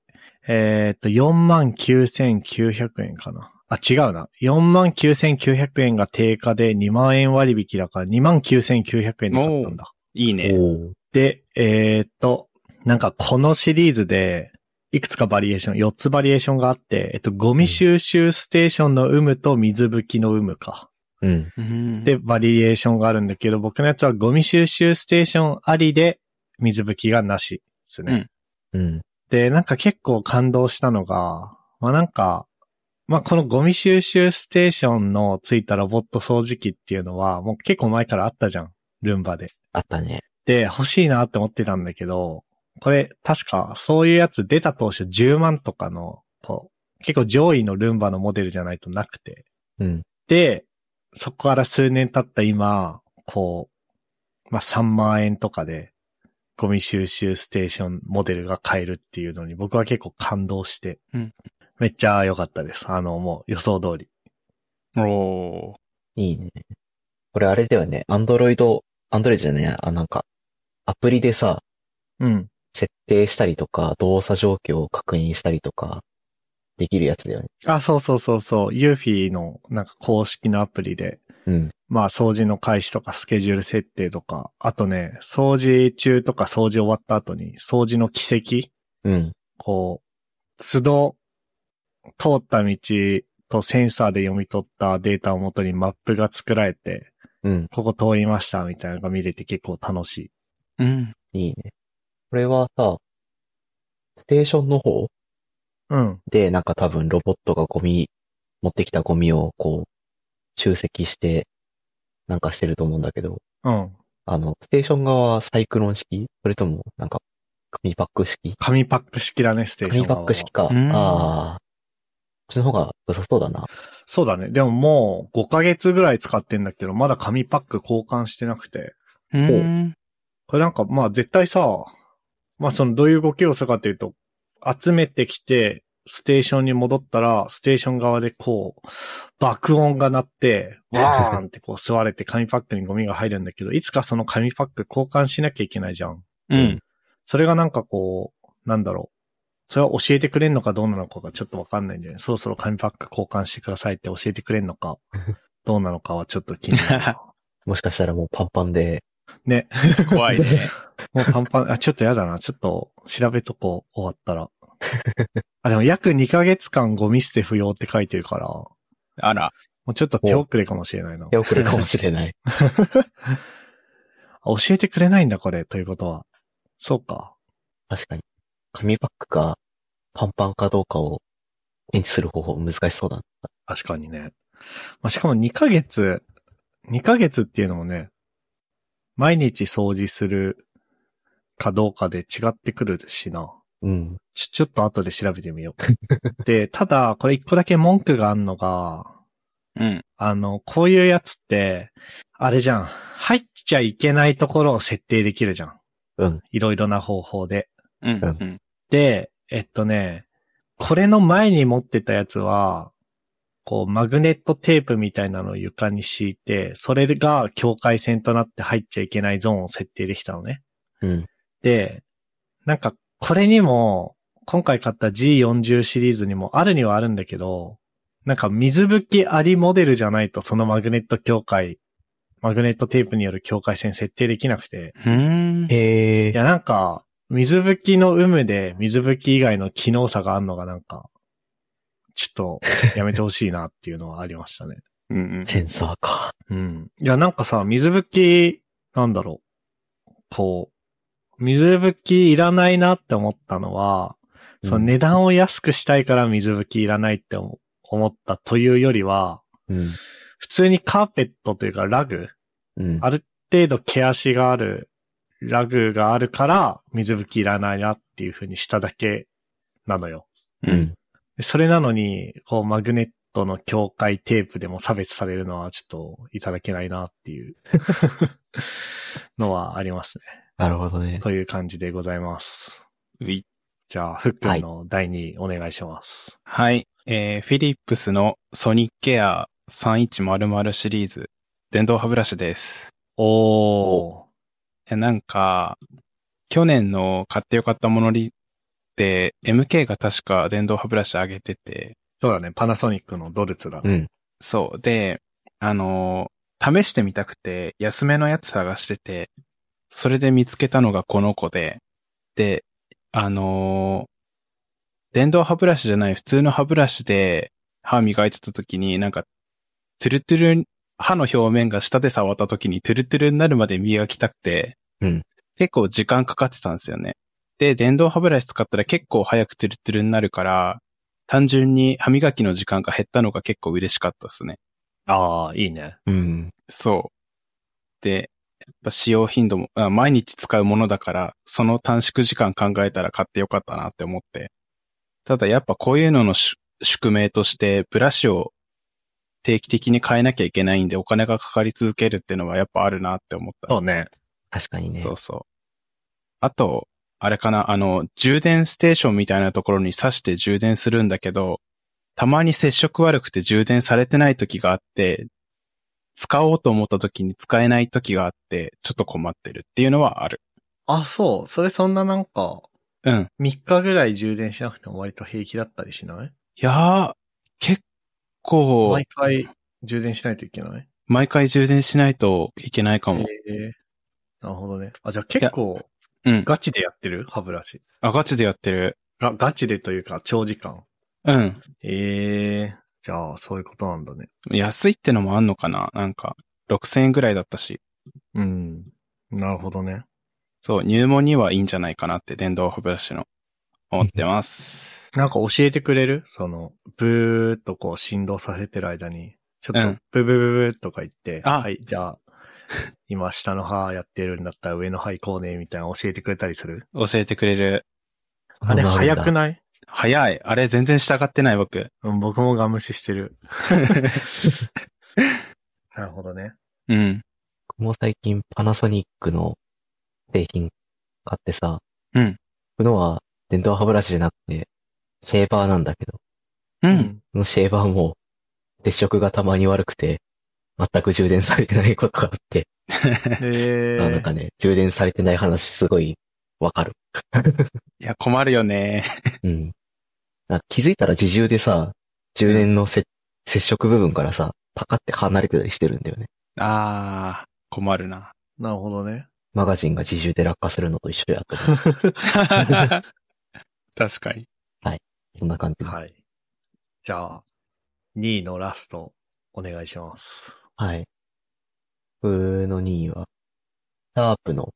S1: えーっと、49,900円かな。あ、違うな。49,900円が定価で2万円割引だから29,900円で買ったんだ。
S2: いい
S3: お
S2: ね。
S3: ー
S1: で、えーっと、なんかこのシリーズで、いくつかバリエーション、4つバリエーションがあって、えっと、ゴミ収集ステーションの有無と水拭きの有無か。
S3: うん。
S2: うん
S1: で、バリエーションがあるんだけど、僕のやつはゴミ収集ステーションありで、水拭きがなしですね。
S2: うん
S3: うん。
S1: で、なんか結構感動したのが、まあなんか、まあこのゴミ収集ステーションのついたロボット掃除機っていうのは、もう結構前からあったじゃん。ルンバで。
S3: あったね。
S1: で、欲しいなって思ってたんだけど、これ、確か、そういうやつ出た当初10万とかの、こう、結構上位のルンバのモデルじゃないとなくて。
S3: うん。
S1: で、そこから数年経った今、こう、まあ、3万円とかで、ゴミ収集ステーションモデルが買えるっていうのに、僕は結構感動して、
S2: うん
S1: めっちゃ良かったです。あの、もう予想通り。
S2: おー
S3: いいね。これあれだよね。アンドロイド、アンドロイドじゃねえやあ、なんか、アプリでさ、
S1: うん。
S3: 設定したりとか、動作状況を確認したりとか、できるやつだよね。
S1: あ、そうそうそうそう。ユーフィーの、なんか公式のアプリで、
S3: うん。
S1: まあ掃除の開始とかスケジュール設定とか、あとね、掃除中とか掃除終わった後に、掃除の軌跡、
S3: うん。
S1: こう、都度、通った道とセンサーで読み取ったデータをもとにマップが作られて、
S3: うん。
S1: ここ通りましたみたいなのが見れて結構楽しい。
S2: うん。
S3: いいね。これはさ、ステーションの方
S1: うん。
S3: で、なんか多分ロボットがゴミ、持ってきたゴミをこう、集積して、なんかしてると思うんだけど、
S1: うん。
S3: あの、ステーション側はサイクロン式それとも、なんか、紙パック式
S1: 紙パック式だね、ステーショ
S3: 紙
S1: ンは
S3: パック式か。
S2: うん
S3: ああ。こっちの方が良さそうだな。
S1: そうだね。でももう5ヶ月ぐらい使ってんだけど、まだ紙パック交換してなくて。
S2: うん。
S1: これなんか、まあ絶対さ、まあそのどういう動きをするかというと、集めてきて、ステーションに戻ったら、ステーション側でこう、爆音が鳴って、ワーン ってこう吸われて紙パックにゴミが入るんだけど、いつかその紙パック交換しなきゃいけないじゃん。
S2: うん。
S1: それがなんかこう、なんだろう。それは教えてくれんのかどうなのかがちょっとわかんないんだよね。そろそろ紙パック交換してくださいって教えてくれんの か、どうなのかはちょっと気になるな。
S3: もしかしたらもうパンパンで、
S1: ね。
S2: 怖いね。
S1: もうパンパン、あ、ちょっとやだな。ちょっと調べとこう、終わったら。 あ、でも約2ヶ月間ゴミ捨て不要って書いてるから、も
S2: あら。
S1: うちょっと手遅れかもしれないな。
S3: 手遅れかもしれない。
S1: あ教えてくれないんだ、これ、ということは。そうか。
S3: 確かに。紙パックがパンパンかどうかを検知する方法難しそうだな。
S1: 確かにね。まあ、しかも2ヶ月、2ヶ月っていうのもね、毎日掃除するかどうかで違ってくるしな。
S3: うん。
S1: ちょ、ちょっと後で調べてみよう。で、ただ、これ1個だけ文句があんのが、
S2: うん。
S1: あの、こういうやつって、あれじゃん。入っちゃいけないところを設定できるじゃん。
S3: うん。
S1: いろいろな方法で。
S2: うん。うん。
S1: で、えっとね、これの前に持ってたやつは、こう、マグネットテープみたいなのを床に敷いて、それが境界線となって入っちゃいけないゾーンを設定できたのね。
S3: うん。
S1: で、なんか、これにも、今回買った G40 シリーズにもあるにはあるんだけど、なんか水拭きありモデルじゃないとそのマグネット境界、マグネットテープによる境界線設定できなくて、
S2: うん。
S3: へ
S1: い
S3: え。
S1: やなんか、水拭きの有無で水拭き以外の機能差があるのがなんか、ちょっとやめてほしいなっていうのはありましたね。
S2: うん。
S3: センサーか。
S1: うん。いや、なんかさ、水拭き、なんだろう。こう、水拭きいらないなって思ったのは、その値段を安くしたいから水拭きいらないって思思ったというよりは、
S3: うん。
S1: 普通にカーペットというかラグ、
S3: うん。
S1: ある程度毛足があるラグがあるから、水拭きいらないなっていう風にしただけなのよ。
S3: う。ん。
S1: でそれなのに、こう、マグネットの境界テープでも差別されるのはちょっといただけないなって いうのはありますね。
S3: なるほどね。
S1: という感じでございます。
S2: うい
S1: じゃあ、ふっくんの第2位お願いします。
S2: はい。えー、フィリップスのソニッケア3100シリーズ、電動歯ブラシです。
S1: おー。
S2: いや、なんか、去年の買ってよかったものリで、MK が確か電動歯ブラシ上げてて、
S1: そうだね、パナソニックのドルツだ。
S3: うん。
S2: そう。で、あのー試してみたくて、安めのやつ探してて、それで見つけたのがこの子で、で、あのー電動歯ブラシじゃない普通の歯ブラシで歯磨いてた時に、なんか、トゥルトゥル、歯の表面が下で触った時にトゥルトゥルになるまで磨きたくて、
S3: うん
S2: 結構時間かかってたんですよね。で、電動歯ブラシ使ったら結構早くトゥルトゥルになるから、単純に歯磨きの時間が減ったのが結構嬉しかったですね。
S1: ああ、いいね。
S3: うん。
S2: そう。で、やっぱ使用頻度も、あ毎日使うものだから、その短縮時間考えたら買ってよかったなって思って。ただやっぱこういうのの宿宿命として、ブラシを定期的に変えなきゃいけないんで、お金がかかり続けるっていうのはやっぱあるなって思った。
S1: そうね。
S3: 確かにね
S2: そ。うそう。あと、あれかな、あの、充電ステーションみたいなところに挿して充電するんだけど、たまに接触悪くて充電されてない時があって、使おうと思った時に使えない時があって、ちょっと困ってるっていうのはある。
S1: あ、そう。それそんななんか、
S2: うん。
S1: 3日ぐらい充電しなくても割と平気だったりしない
S2: いやー、結構
S1: 毎、回充電しないといけない
S2: 毎回充電しないといけないかも。
S1: ええなるほどね。あ、じゃあ結構、
S2: うん。
S1: ガチでやってる歯ブラシ。
S2: あ、ガチでやってる。
S1: が、ガチでというか、長時間。
S2: うん。
S1: ええじゃあ、そういうことなんだね。
S2: 安いってのもあんのかななんか、6000円ぐらいだったし。
S1: うん。なるほどね。
S2: そう、入門にはいいんじゃないかなって電動歯ブラシの思ってます。
S1: なんか教えてくれるその、ブーっとこう振動させてる間に、ちょ
S2: う
S1: っ
S2: ん
S1: と、ブーブーブーブーとか言って、
S2: あ
S1: はい、じ ゃあ、今下の歯やってるんだったら上の歯行こうね、みたいなの教えてくれたりする
S2: 教えてくれる。
S1: あれ早く
S3: い
S1: ない
S2: 早い。あれ全然従ってない僕。
S1: うん、僕もガムシして る。なるほどね。
S2: うん。
S3: 僕も最近パナソニックの製品買ってさ、
S2: うん。
S3: 僕のは電動歯ブラシじゃなくて、シェーバーなんだけど、
S2: う。。
S1: うん
S3: このシェーバーも、接触がたまに悪くて、全く充電されてないことがあって、
S1: え
S3: あなん
S1: ー
S3: かね、充電されてない話すごいわかる。
S2: いや、困るよね。
S3: うん。なんか気づいたら自重でさ、充電のせ、接触部分からさ、パカって離れてたりしてるんだよね。
S2: あー、困るな。
S1: なるほどね。
S3: マガジンが自重で落下するのと一緒やっ た。
S2: 確かに。
S3: こんな感じ。
S1: はい。じゃあ、2位のラスト、お願いします。
S3: はい。僕の2位は、タープの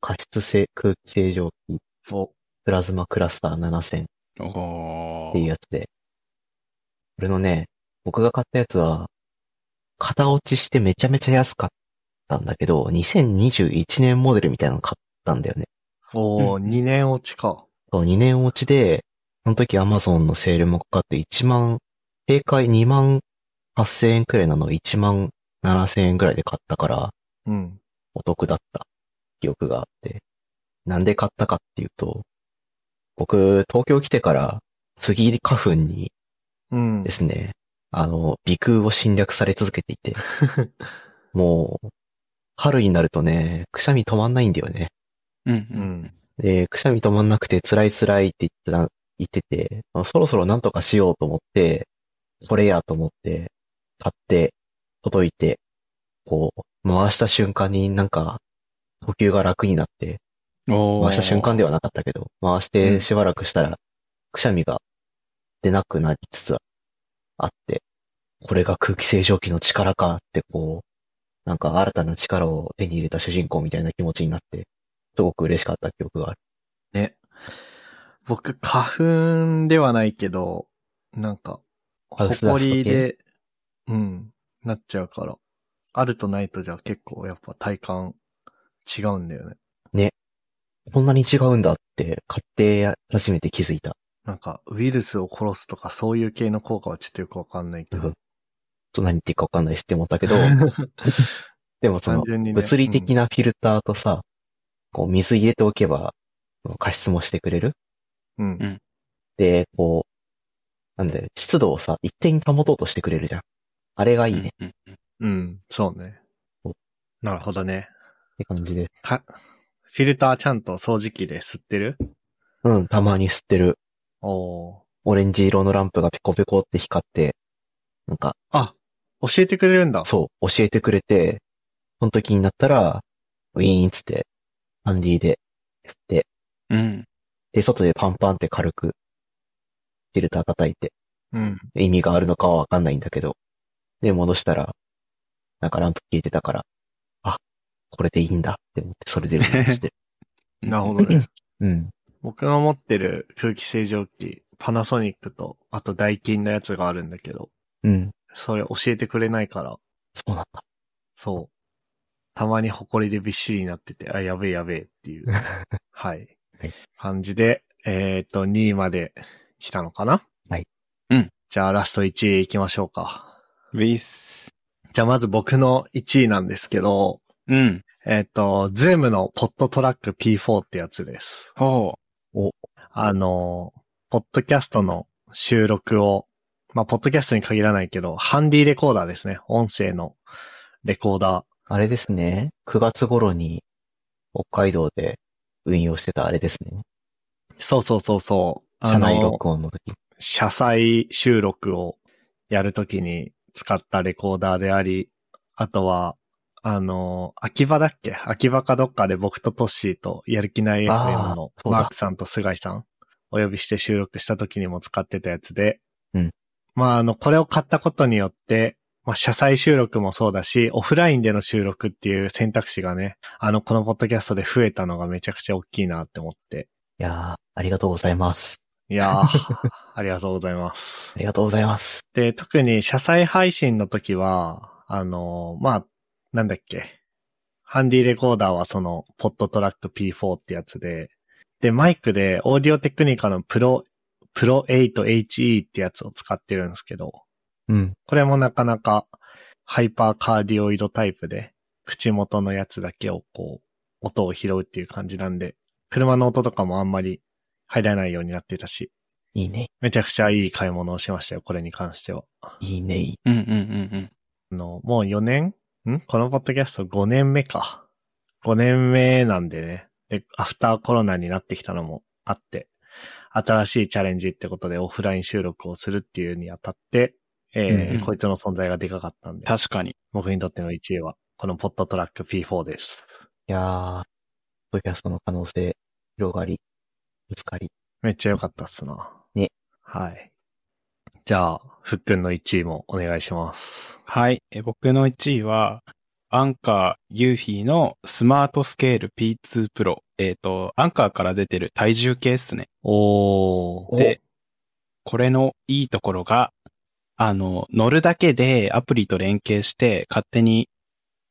S3: 加湿性空気清浄機
S1: お、
S3: プラズマクラスター7000っ
S2: お
S3: ていう
S2: ー。
S3: やつで、これのね、僕が買ったやつは、型落ちしてめちゃめちゃ安かったんだけど、2021年モデルみたいなの買ったんだよね。
S1: おー、2年落ちか。
S3: そう、2年落ちで、その時 Amazon のセールもかかって1万、定価2万8000円くらいなのを1万7000円くらいで買ったから、
S1: うん。
S3: お得だった記憶があって。なんで買ったかっていうと、僕、東京来てから、杉花粉に
S1: うん
S3: で。すね、あの、鼻腔を侵略され続けていて、もう、春になるとね、くしゃみ止まんないんだよね。
S2: うん
S1: う
S2: うん。
S1: ん。
S3: で、くしゃみ止まんなくて辛い辛いって言ってた、言ってて、あそろそろなんとかしようと思って、これやと思って、買って、届いて、こう、回した瞬間になんか、呼吸が楽になって、
S2: おー。
S3: 回した瞬間ではなかったけど、回
S2: う
S3: し
S2: ん
S3: てしばらくしたら、くしゃみが出なくなりつつあって、これが空気清浄機の力かってこう、なんか新たな力を手に入れた主人公みたいな気持ちになって、すごく嬉しかった記憶がある。
S1: ね。僕、花粉ではないけど、なんか、
S3: ハウスダスト系
S1: 埃で、うん。なっちゃうから、あるとないとじゃ結構やっぱ体感違うんだよね。
S3: こんなに違うんだって、買って初めて気づいた。
S1: なんか、ウイルスを殺すとかそういう系の効果はちょっとよくわかんないけ
S3: う
S1: ど
S3: ん。ちょっと何言っていいかわかんないですって思った けど、でもそ
S1: 単
S3: の、
S1: 純にね、
S3: 物理的
S1: な、
S3: なフィルターとさ、こう水入れておけば、加湿もしてくれる。
S1: うん。
S2: うん
S3: で、こう、なんで、湿度をさ、一定に保とうとしてくれるじゃん。あれがいいね。っ
S2: うんうん
S1: うん、そうね
S3: お。
S1: なるほどね。
S3: て感じで。
S1: か、フィルターちゃんと掃除機で吸ってる
S3: うん、たまに吸ってる。
S1: おー。
S3: オレンジ色のランプがピコピコって光って、なんか、
S1: あ、教えてくれるんだ。
S3: そう、教えてくれて、その時になったら、ウィーンっつって、ハンディで吸って、
S2: うん。
S3: で、外でパンパンって軽く、フィルター叩いて、
S1: う。うん。
S3: 意味があるのかはわかんないんだけど。で、戻したら、なんかランプ消えてたから、あ、これでいいんだって思って、それで運転 してる。
S1: なるほどね。
S3: うん。
S1: 僕の持ってる空気清浄機、パナソニックと、あとダイキンのやつがあるんだけど、
S3: うん。
S1: それ教えてくれないから、
S3: そうなんだ。
S1: そう。たまに埃でびっしりになってて、あ、やべえやべえっていう、はい。
S3: はい
S1: 感じで、えっ、と、2位まで来たのかな
S3: はい。
S2: うん。
S1: じゃあラスト1位行きましょうか。
S2: ウィス。
S1: じゃあまず僕の1位なんですけど、
S2: うん。
S1: えっ、と、ズームのポッドトラック P4 ってやつです。
S2: ほ。
S1: あの、ポッドキャストの収録を、まあ、ポッドキャストに限らないけど、ハンディレコーダーですね。音声のレコーダー。
S3: あれですね。9月頃に、北海道で運用してたあれですね。
S1: そうそうそうそう。あの
S3: 車内録音の時。
S1: 車載収録をやるときに使ったレコーダーであり、あとは、あの、秋葉だっけ秋葉かどっかで僕とトッシーとやる気ない FM の
S3: そう
S1: マ
S3: だ
S1: ークさんと菅井さんお呼びして収録したときにも使ってたやつで、
S3: うん
S1: まあ、あの、これを買ったことによって、まあ、車載収録もそうだし、オフラインでの収録っていう選択肢がね、あの、このポッドキャストで増えたのがめちゃくちゃ大きいなって思って。
S3: いやー、ありがとうございます。
S1: いや ー、ありがとうございます
S3: あ。りがとうございます。
S1: で、特に車載配信の時は、あの、まあ、なんだっけ。ハンディレコーダーはその、ポッドトラック P4 ってやつで、で、マイクで、オーディオテクニカのプロ、プロ 8HE ってやつを使ってるんですけど、
S3: うん。
S1: これもなかなか、ハイパーカーディオイドタイプで、口元のやつだけをこう、音を拾うっていう感じなんで、車の音とかもあんまり入らないようになってたし、
S3: いいね。
S1: めちゃくちゃいい買い物をしましたよ、これに関しては。
S3: いいね。いいう
S2: うんうんうん
S1: あの、もう4年んこのポッドキャスト5年目か。5年目なんでね。で、アフターコロナになってきたのもあって、新しいチャレンジってことでオフライン収録をするっていうにあたって、えー
S2: うんうん
S1: こいつの存在がでかかったん
S2: うん。
S1: で、
S2: 確かに。
S1: 僕にとっての1位は、このポッドトラック P4 です。
S3: いやー、ポッドキャストの可能性、広がり、ぶつかり。
S1: めっちゃ良かったっすな。
S3: ね。
S1: はい。じゃあ、ふっくんの1位もお願いします。
S2: はい。え僕の1位は、アンカーユーフィーのスマートスケール P2 プロ。えっ、と、アンカーから出てる体重計ですね。
S1: おー。
S2: で、これのいいところが、あの、乗るだけでアプリと連携して勝手に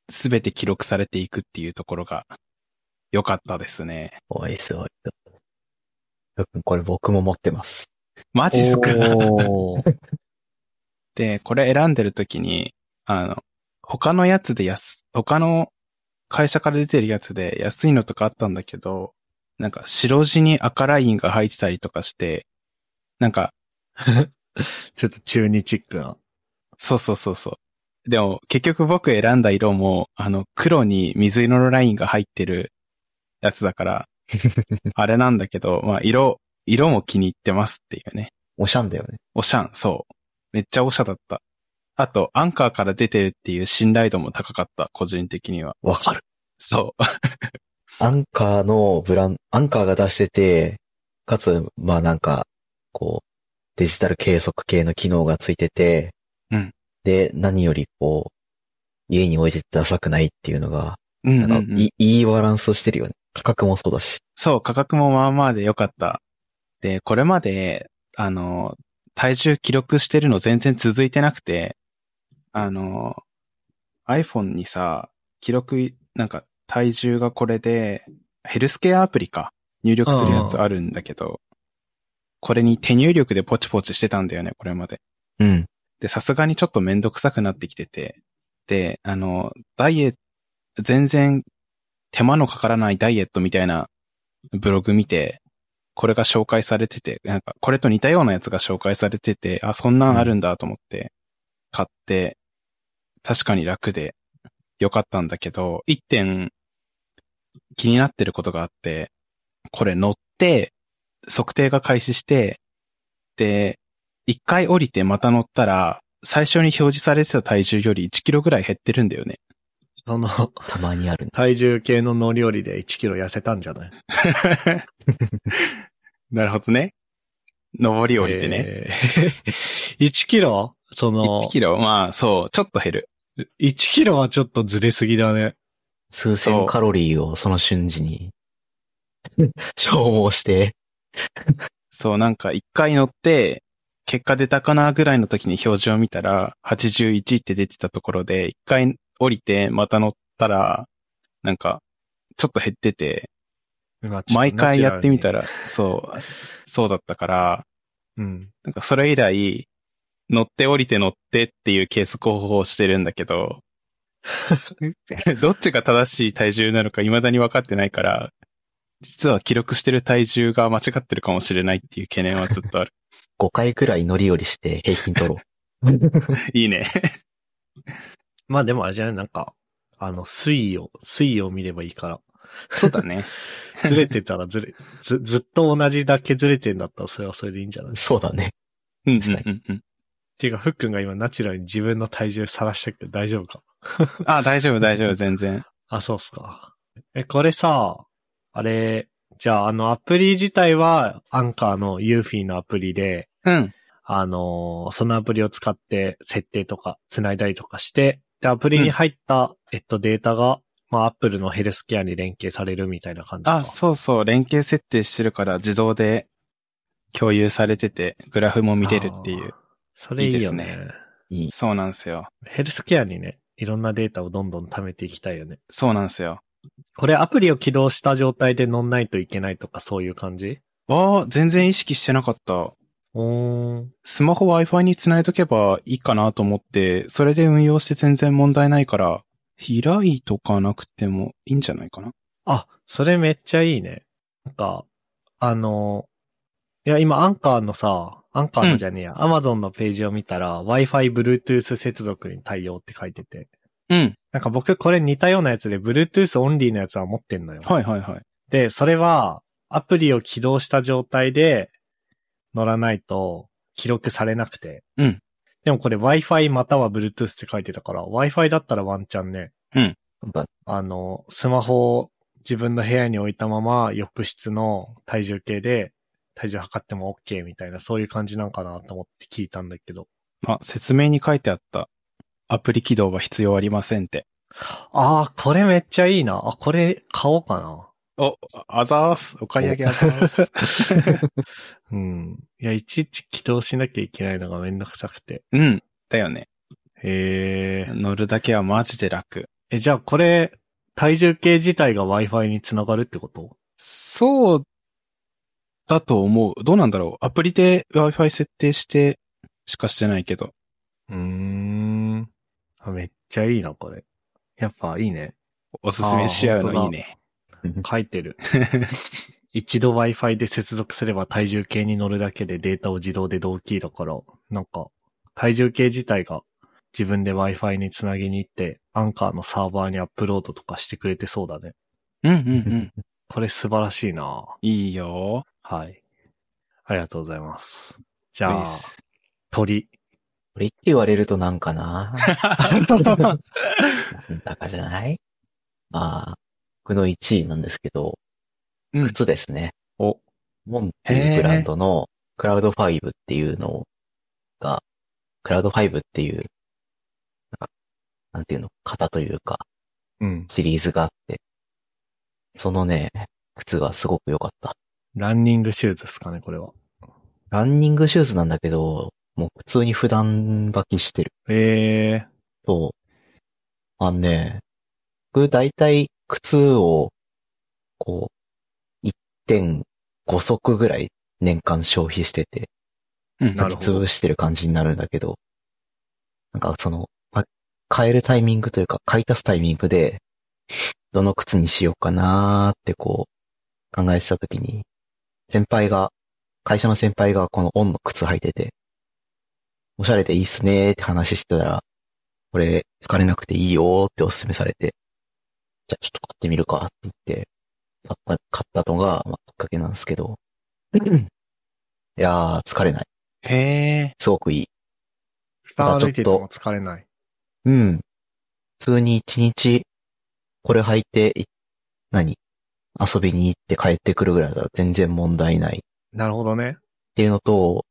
S2: すべて記録されていくっていうところが良かったですね。
S3: おい、すごい。これ僕も持ってます。
S2: マジ っすか
S1: おー。
S2: で、これ選んでる時に、あの、他のやつで安、他の会社から出てるやつで安いのとかあったんだけど、なんか白地に赤ラインが入ってたりとかして、なんか、
S1: ちょっと中二チックな。
S2: そうそうそうそう。でも、結局僕選んだ色も、あの、黒に水色のラインが入ってるやつだから、あれなんだけど、まあ、色、色も気に入ってますっていうね。
S3: おしゃんだよね。
S2: おしゃん、そう。めっちゃおしゃだった。あと、アンカーから出てるっていう信頼度も高かった、個人的には。
S3: わかる。
S2: そう。
S3: アンカーのブラン、アンカーが出してて、かつ、まあなんか、こう、デジタル計測系の機能がついてて、
S2: うん
S3: で、何よりこう、家に置いててダサくないっていうのが、
S2: うん
S3: な
S2: うんんう
S3: か、
S2: ん
S3: いいいバランスしてるよね。価格もそうだし。
S2: そう、価格もまあまあで良かった。で、これまで、あの、体重記録してるの全然続いてなくて、あの、iPhone にさ、記録、なんか体重がこれで、ヘルスケアアプリか、入力するやつあるんだけど、これに手入力でポチポチしてたんだよね、これまで。
S3: うん。
S2: で、さすがにちょっとめんどくさくなってきてて、で、あの、ダイエット、全然手間のかからないダイエットみたいなブログ見て、これが紹介されてて、なんか、これと似たようなやつが紹介されてて、あ、そんなんあるんだと思って、買って、確かに楽で良かったんだけど、一点気になってることがあって、これ乗って、測定が開始して、で、一回降りてまた乗ったら、最初に表示されてた体重より1キロぐらい減ってるんだよね。
S1: その、
S3: たまにあるね。
S1: 体重計の乗り降りで1キロ痩せたんじゃない
S2: なるほどね。上り降りてね。
S1: えー 1キロその、
S2: 1キロまあそう、ちょっと減る。
S1: 1キロはちょっとずれすぎだね。
S3: 数千カロリーをその瞬時に 消耗して、
S2: そう、なんか一回乗って、結果出たかなぐらいの時に表示を見たら、81って出てたところで、一回降りてまた乗ったら、なんか、ちょっと減ってて、毎回やってみた
S1: ら。
S2: ら、そう、そうだったから、
S1: うん。
S2: なんかそれ以来、乗って降りて乗ってっていう計測方法をしてるんだけど、 どっちが正しい体重なのか未だに分かってないから、実は記録してる体重が間違ってるかもしれないっていう懸念はずっ とある。
S3: 5回くらい乗り降りして平均取ろう。
S2: いいね。
S1: まあでもあれじゃないなんか、あの、推移を、推移を見ればいいから。
S2: そうだね。
S1: ずれてたらずれ、 ず、ずっと同じだけずれてんだったらそれはそれでいいんじゃない っ
S3: そうだね。
S2: うんうん
S3: 確
S2: うんうん。
S1: ていうか、ふっくんが今ナチュラルに自分の体重さらしてるけど大丈夫か
S2: あ、大丈夫大丈夫、全然。
S1: あ、そうっすか。え、これさ、あれ、じゃああのアプリ自体はアンカーのユーフィーのアプリで、
S2: うん。
S1: あのーそのアプリを使って設定とか繋いだりとかして、で、アプリに入った、えっと、データが、まあ、アップルのヘルスケアに連携されるみたいな感じか。
S2: あ、そうそう、連携設定してるから自動で共有されてて、グラフも見れるっていう
S1: あ。それいいよ
S2: いいで
S1: ね。
S3: いい。
S2: そうなんですよ。
S1: ヘルスケアにね、いろんなデータをどんどん貯めていきたいよね。
S2: そうなんですよ。
S1: これアプリを起動した状態で乗んないといけないとかそういう感じ
S2: わあ、全然意識してなかった。
S1: おー。
S2: スマホ Wi-Fi につないとけばいいかなと思って、それで運用して全然問題ないから、開いとかなくてもいいんじゃないかな。
S1: あ、それめっちゃいいね。なんか、あの、いや、今アンカーのさ、アンカーのじゃねえや、アマゾンのページを見たら Wi-Fi、Bluetooth 接続に対応って書いてて。
S2: うん。
S1: なんか僕これ似たようなやつで Bluetooth オンリーのやつは持ってんのよ。
S2: はいはいはい。
S1: で、それはアプリを起動した状態で乗らないと記録されなくて。
S2: うん。
S1: でもこれ Wi-Fi または Bluetooth って書いてたから、Wi-Fi だったらワンチャンね、
S3: なんか
S1: あの、スマホを自分の部屋に置いたまま浴室の体重計で体重測っても OK みたいな、そういう感じなんかなと思って聞いたんだけど。
S2: あ、説明に書いてあった。アプリ起動は必要ありませんって。
S1: ああ、これめっちゃいいな。あ、これ買おうかな。
S2: お、あざーす。お買い上げあざーす。
S1: うん。いや、いちいち起動しなきゃいけないのがめんどくさくて。
S2: うん。だよね。
S1: へえ。
S2: 乗るだけはマジで楽。
S1: え、じゃあこれ、体重計自体が Wi-Fi につながるってこと
S2: そう、だと思う。どうなんだろう。アプリで Wi-Fi 設定して、しかしてないけど。
S1: うーん。あめっちゃいいな、これ。やっぱいいね。
S2: おすすめし合う
S1: あー
S2: のいい
S1: 本当
S2: ね。
S1: 書いてる。一度 Wi-Fi で接続すれば体重計に乗るだけでデータを自動で同期だから、なんか、体重計自体が自分で Wi-Fi につなぎに行って、アンカーのサーバーにアップロードとかしてくれてそうだね。
S2: うんうんうん。
S1: これ素晴らしいない
S2: いよ
S1: はい。ありがとうございます。じ
S2: ー。
S1: ゃあ
S2: ナイ、ス
S1: 鳥。
S3: 俺って言われるとなん かな
S1: は
S3: なんだかじゃないまあ、僕の1位なんですけど、
S2: うん
S3: 靴ですね。
S1: お
S3: モンっていうブランドのクラウドファイブっていうのが、クラウドファイブっていう、なんか、なんていうの、型というか、
S1: うん。
S3: シリーズがあって、そのね、靴がすごく良かった。
S1: ランニングシューズですかね、これは。
S3: ランニングシューズなんだけど、もう普通に普段履きしてる。
S1: ええ
S3: そう。あのね、僕大体靴を、こう、1.5足ぐらい年間消費してて、
S2: うん。
S1: な
S3: な
S1: る
S3: き
S1: ほど
S3: 潰してる感じになるんだけど、なんかその、ま変えるタイミングというか、買い足すタイミングで、どの靴にしようかなーってこう、考えてた時に、先輩が、会社の先輩がこのオンの靴履いてて、おしゃれでいいっすねーって話してたら、これ疲れなくていいよーっておすすめされて、じゃあちょっと買ってみるかって言って、買った、買ったのが、まあ、きっかけなんですけど、 いやー、疲れない。
S2: へえ。
S3: すごくいい。
S1: 下歩いてても疲れない。
S3: うん。普通に一日、これ履いてい、何遊びに行って帰ってくるぐらいだら全然問題ないっ
S1: なるほどね。
S3: ていうのと、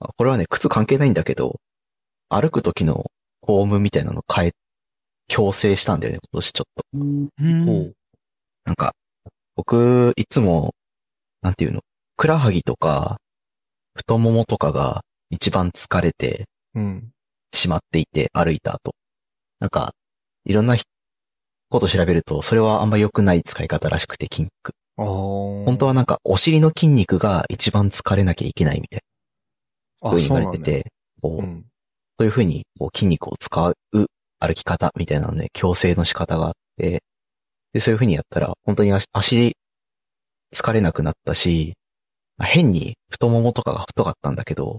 S3: あこれはね、靴関係ないんだけど、歩く時のフォームみたいなの変え、強制したんだよね、今年ちょっと。
S2: うん。
S1: ほう。
S3: なんか、僕、いつも、なんていうの、ふくらはぎとか、太ももとかが一番疲れて、
S1: うん。
S3: しまっていて、歩いた後。なんか、いろんなひこと調べると、それはあんま良くない使い方らしくて、筋肉。
S1: あ
S3: 本
S1: 本
S3: 当はなんか、お尻の筋肉が一番疲れなきゃいけないみたいな
S1: あ、
S3: 風に
S1: そう
S3: 言
S1: な
S3: わ
S1: ん
S3: れて
S1: だ。
S3: て、こう、
S1: うん。
S3: そういう風にこう筋肉を使う歩き方みたいなのね、矯正の仕方があって、で、そういう風にやったら、本当に足、足疲れなくなったし、まあ変に太ももとかが太かったんだけど、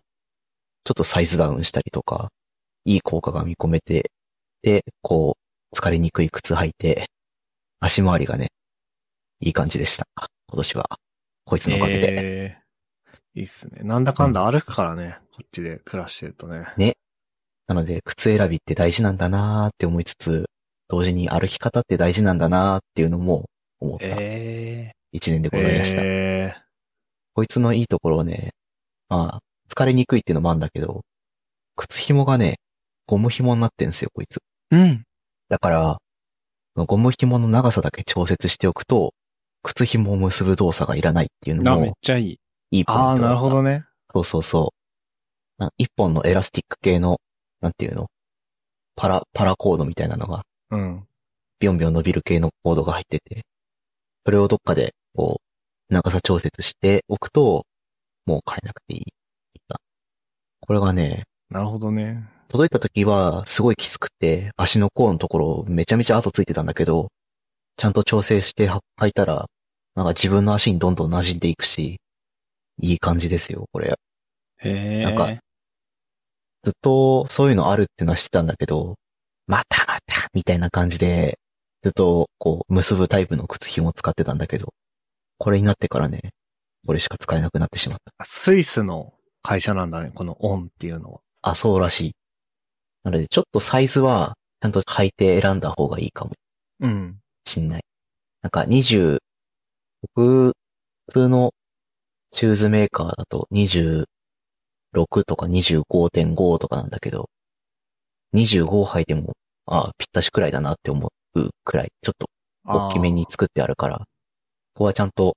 S3: ちょっとサイズダウンしたりとか、いい効果が見込めて、で、こう、疲れにくい靴履いて、足回りがね、いい感じでした。今年は。こいつのおかげで。
S1: えーいいっすね。なんだかんだ歩くからね、こっちで暮らしてるとね。
S3: なので、靴選びって大事なんだなーって思いつつ、同時に歩き方って大事なんだなーっていうのも思った
S2: ええ。
S3: 一年でございました。
S1: えー
S3: こいつのいいところはね、まあ、疲れにくいっていうのもあるんだけど、靴紐がね、ゴム紐になってんすよ、こいつ。
S2: うん。
S3: だから、ゴム紐の長さだけ調節しておくと、靴紐を結ぶ動作がいらないっていうの
S2: あ、めっ
S3: も
S2: ちゃいい。
S3: いいポイント
S1: ああ、なるほ
S3: ね
S1: どね。
S3: そうそうそう。なんか一本のエラスティック系の、なんていうのパラ、パラコードみたいなのが
S1: うん。
S3: ビョンビョン伸びる系のコードが入ってて、それをどっかで、こう、長さ調節しておくと、もう変えなくていい。これがね、
S1: なるほどね。
S3: 届いた時はすごいきつくて、足の甲のところめちゃめちゃ跡ついてたんだけど、ちゃんと調整しては履いたら、なんか自分の足にどんどん馴染んでいくし、いい感じですよ、これ。
S2: へえ。
S3: なんかずっとそういうのあるってのは知ってたんだけど、またまたみたいな感じで、ずっとこう結ぶタイプの靴紐を使ってたんだけど、これになってからね、これしか使えなくなってしまった。
S1: スイスの会社なんだね、このオンっていうのは。
S3: あ、そうらしい。なのでちょっとサイズはちゃんと履いて選んだ方がいいかも
S1: うん。
S3: しんない。なんか20、僕、普通のシューズメーカーだと26とか25.5とかなんだけど、25履いても、ああ、ぴったしくらいだなって思うくらい、ちょっと大きめに作ってあるから、ここはちゃんと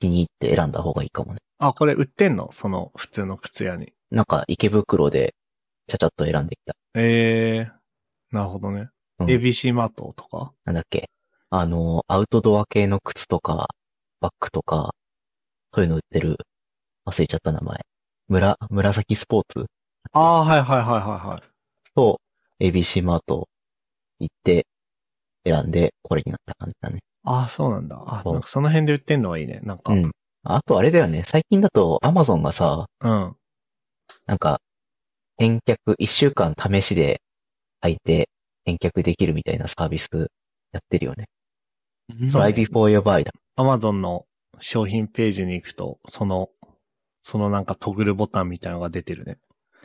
S3: 気に入って選んだ方がいいかもね。
S1: あー。あ、これ売ってんのその普通の靴屋に。
S3: なんか池袋でちゃちゃっと選んできた。
S1: ええー。なるほどね。
S3: うん
S1: ABC マートとか
S3: なんだっけ。あの、アウトドア系の靴とか、バッグとか、そういうの売ってる。忘れちゃった名前。村、紫スポーツ
S1: ああ、はいはいはいはいはい。
S3: と ABC マート行って、選んで、これになった感じだね。
S1: ああ、そうなんだ。あ
S3: そう
S1: なんかその辺で売ってんのはいいね。なんか。
S3: うん。あとあれだよね。最近だと Amazon がさ、
S1: うん。
S3: なんか、返却、一週間試しで履いて返却できるみたいなサービスやってるよね。
S2: うん
S1: そう
S3: Try before your buy だ。
S1: アマゾンの商品ページに行くと、その、そのなんかトグルボタンみたいなのが出てるね。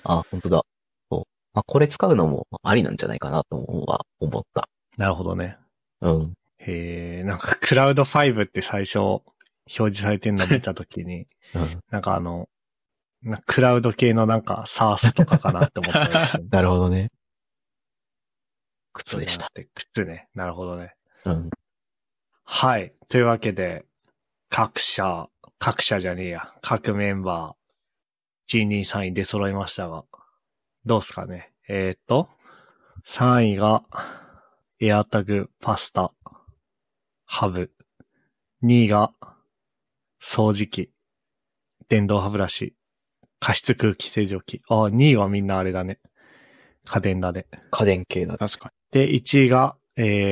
S3: あ、本当だ。そう。まあ、これ使うのもありなんじゃないかなと思うわ、思った。
S1: なるほどね。
S3: うん。
S1: へえ、なんかクラウド5って最初表示されてるの見たときに、
S3: うん。
S1: なんかあの、なクラウド系のなんか SARS とかかなって思ったりして。
S3: なるほどね。 靴でした。。
S1: 靴ね。なるほどね。
S3: うん。
S1: はい。というわけで、各社、各社じゃねえや、各メンバー、1位、2位、3位出揃いましたが、どうっすかね。えーっと、 3位が、エアタグ、パスタ、ハブ。2位が、掃除機、電動歯ブラシ、加湿空気清浄機。ああ、2位はみんなあれだね。家電だね。
S3: 家電系だ。
S2: 確か
S1: で、1位が、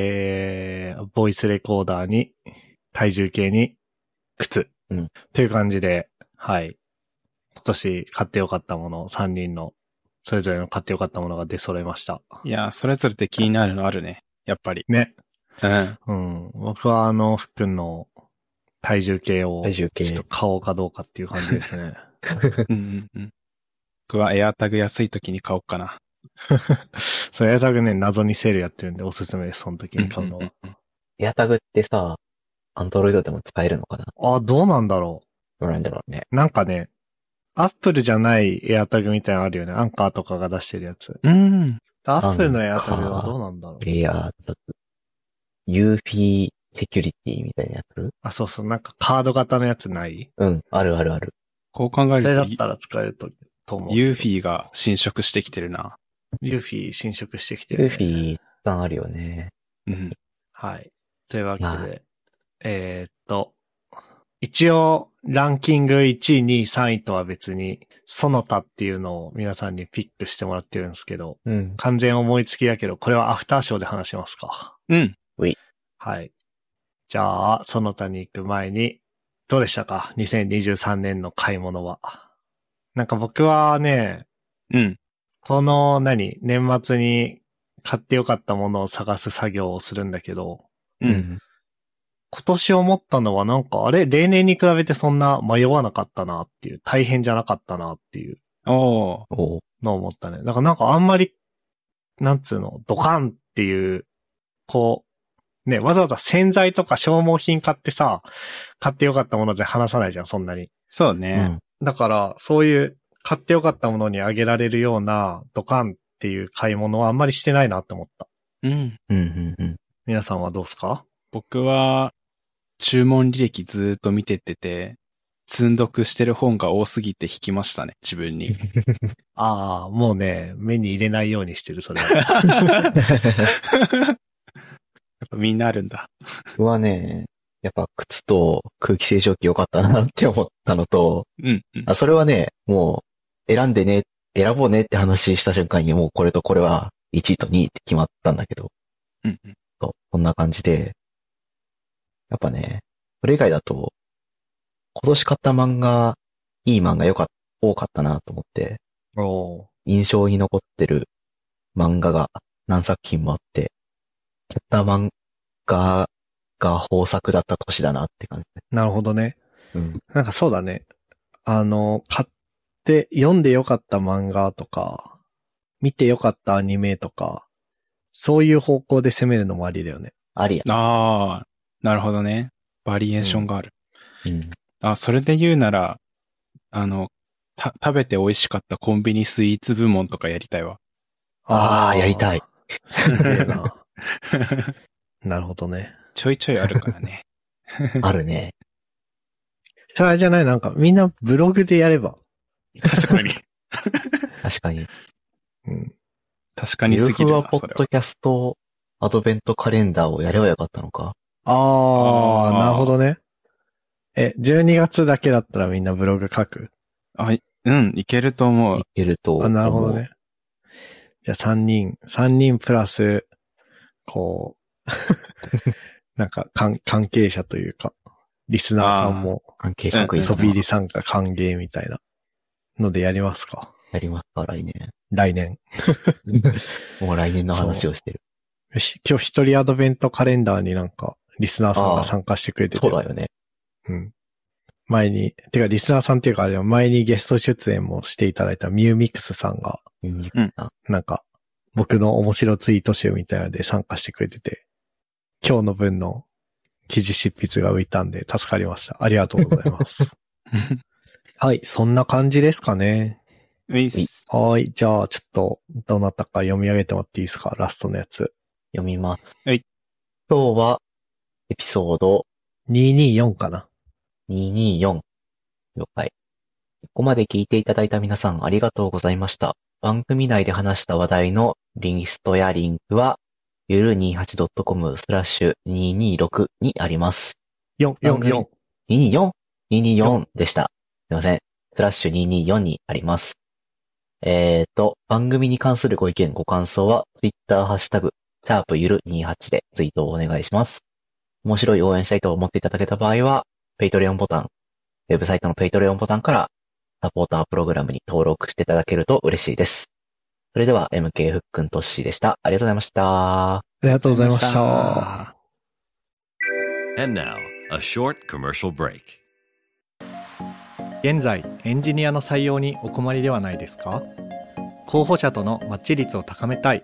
S1: えー、ボイスレコーダーに、体重計に、靴。
S3: うん
S1: という感じで、はい。今年買ってよかったもの、3人の、それぞれの買ってよかったものが出揃いました。
S2: に。いやー、それぞれで気になるのあるね。やっぱり。
S1: ね。
S2: うん。
S1: うん。僕はあの、ふっくんの体重計を、
S3: 体重計
S1: ちょっ。と買おうかどうかっていう感じですね。
S2: うんうんうん。僕はエアタグ安い時に買おうかな。
S1: それエアタグね、謎にセールやってるんでおすすめです、その時に買うの
S2: うんう
S1: は
S2: ん。うん
S3: エアタグってさ、アンドロイドでも使えるのかな
S1: あ、どうなんだろ
S3: どうなんだろうね。
S1: う。なんかね、アップルじゃないエアタグみたいなのあるよね。アンカーとかが出してるやつ。
S2: うん。うん
S1: アップルのエアタグ
S3: アンカ
S1: は
S3: ー
S1: どうなんだろう
S3: プ。レイヤーだと、UFI セキュリティみたいなやつ
S1: あ、そうそう、なんかカード型のやつない
S3: うん、あるあるある。
S2: こう考え
S1: それだっ
S2: る
S1: た
S2: と、
S1: ら使えるとと思う。
S2: ユーフィーが侵食してきてるな。
S1: ユーフィー侵食してきてる、ね。
S3: UFI さんあるよね。
S2: うん。
S1: はい。というわけ
S3: は
S1: で、えーっと、一応、ランキング1位、2位、3位とは別に、その他っていうのを皆さんにピックしてもらってるんですけど、
S3: うん。
S1: 完全思いつきだけど、これはアフターショーで話しますか。
S2: うん。
S1: はい。じゃあ、その他に行く前に、どうでしたか ?2023 年の買い物は。なんか僕はね、
S2: うん。
S1: この何、年末に買ってよかったものを探す作業をするんだけど、
S2: う。
S3: うんん。
S1: 今年思ったのはなんか、あれ、例年に比べてそんな迷わなかったなっていう、大変じゃなかったなっていう
S2: おー。
S3: おう
S1: のを思ったね。だからなんかあんまり、なんつうの、ドカンっていう、こう、ね、わざわざ洗剤とか消耗品買ってさ、買ってよかったもので話さないじゃん、そんなに。
S2: そう
S3: う
S2: ね。
S3: ん。
S1: だから、そういう、買ってよかったものにあげられるような、ドカンっていう買い物はあんまりしてないなって思った。
S2: うん。
S3: うん、うん、 うん。
S1: 皆さんはどうすか
S2: 僕は、注文履歴ずーっと見てってて、積んどくしてる本が多すぎて引きましたね、自分 に。
S1: ああ、もうね、目に入れないようにしてる、それは。
S2: やっぱみんなあるんだ。
S3: 僕はね、やっぱ靴と空気清浄機良かったなって思ったのと、
S2: うん、うん。
S3: あ、それはね、もう、選んでね、選ぼうねって話した瞬間にもうこれとこれは1位と2位って決まったんだけど、
S2: うん、うん。
S3: そうこんな感じで、やっぱね、それ以外だと、今年買った漫画、いい漫画よかっ多かったなと思って、
S1: おー
S3: 印象に残ってる漫画が何作品もあって、買った漫画が豊作だった年だなって感じ。
S1: なるほどね。
S3: うん。
S1: なんかそうだね。あの、買って、読んでよかった漫画とか、見てよかったアニメとか、そういう方向で攻めるのもありだよね。
S3: ありや。
S2: ああ、なるほどね。バリエーションがある。
S3: うん。
S2: あ、それで言うなら、あの、た、食べて美味しかったコンビニスイーツ部門とかやりたいわ。
S3: あーやりたい。
S1: すげえ な。なるほどね。
S2: ちょいちょいあるから ね。
S3: あるね。
S1: それあれじゃないなんかみんなブログでやれば。
S2: 確かに。
S3: 確かに。
S1: うん。
S2: 確か
S3: ミ
S2: に
S3: ル
S2: すぎ
S3: フ
S2: る
S3: は
S2: な、
S3: ポ
S2: そ
S3: ッ
S2: れ
S3: ド
S2: は。
S3: キャスト、アドベントカレンダーをやればよかったのか。
S1: あ
S2: あ
S1: あ、
S2: ー
S1: なるほどね。え、12月だけだったらみんなブログ書く
S2: うん、いけると思う
S3: い。けると。
S1: あ、なるほどね。じゃあ3人、3人プラス、こう、 なんか関関係者というか、リスナーさんも
S3: 思う。関係各位
S1: 飛び入
S3: 様
S1: り参加歓迎みたいなのでやりますか
S3: やりますか、来年。
S1: 来年。
S3: もう来年の話をしてる。
S1: よし、今日一人アドベントカレンダーになんか、リスナーさんが参加してくれてて
S3: そうだよね。
S1: うん。前に、てかリスナーさんっていうかあれは前にゲスト出演もしていただいたミューミックスさんが、
S3: うん
S1: なんか、僕の面白ツイート集みたいなので参加してくれてて、今日の分の記事執筆が浮いたんで助かりました。ありがとうございます。 はい、そんな感じですかね。
S2: ういっす
S1: はい、じゃあちょっと、どなたか読み上げてもらっていいですかラストのやつ。
S3: 読みます。
S2: はい。
S3: 今日は、エピソード
S1: 224かな。
S3: 224。了解。ここまで聞いていただいた皆さんありがとうございました。番組内で話した話題のリストやリンクは、ゆる 28.com スラッシュ226にあります。
S1: 4、4、4。
S3: 224?224 でした。すいません。スラッシュ224にあります。えーと、番組に関するご意見、ご感想は、Twitter ハッシュタグ、シャープゆる28でツイートをお願いします。面白い応援したいと思っていただけた場合は、Patreon ボタン、ウェブサイトの Patreon ボタンから、サポータープログラムに登録していただけると嬉しいです。それでは、MK ふっくんとっしーでした。ありがとうございました。
S1: ありがとうございました。。
S4: And now, a short commercial break.
S1: 現在エンジニアの採用にお困りではないですか候補者とのマッチ率を高めたい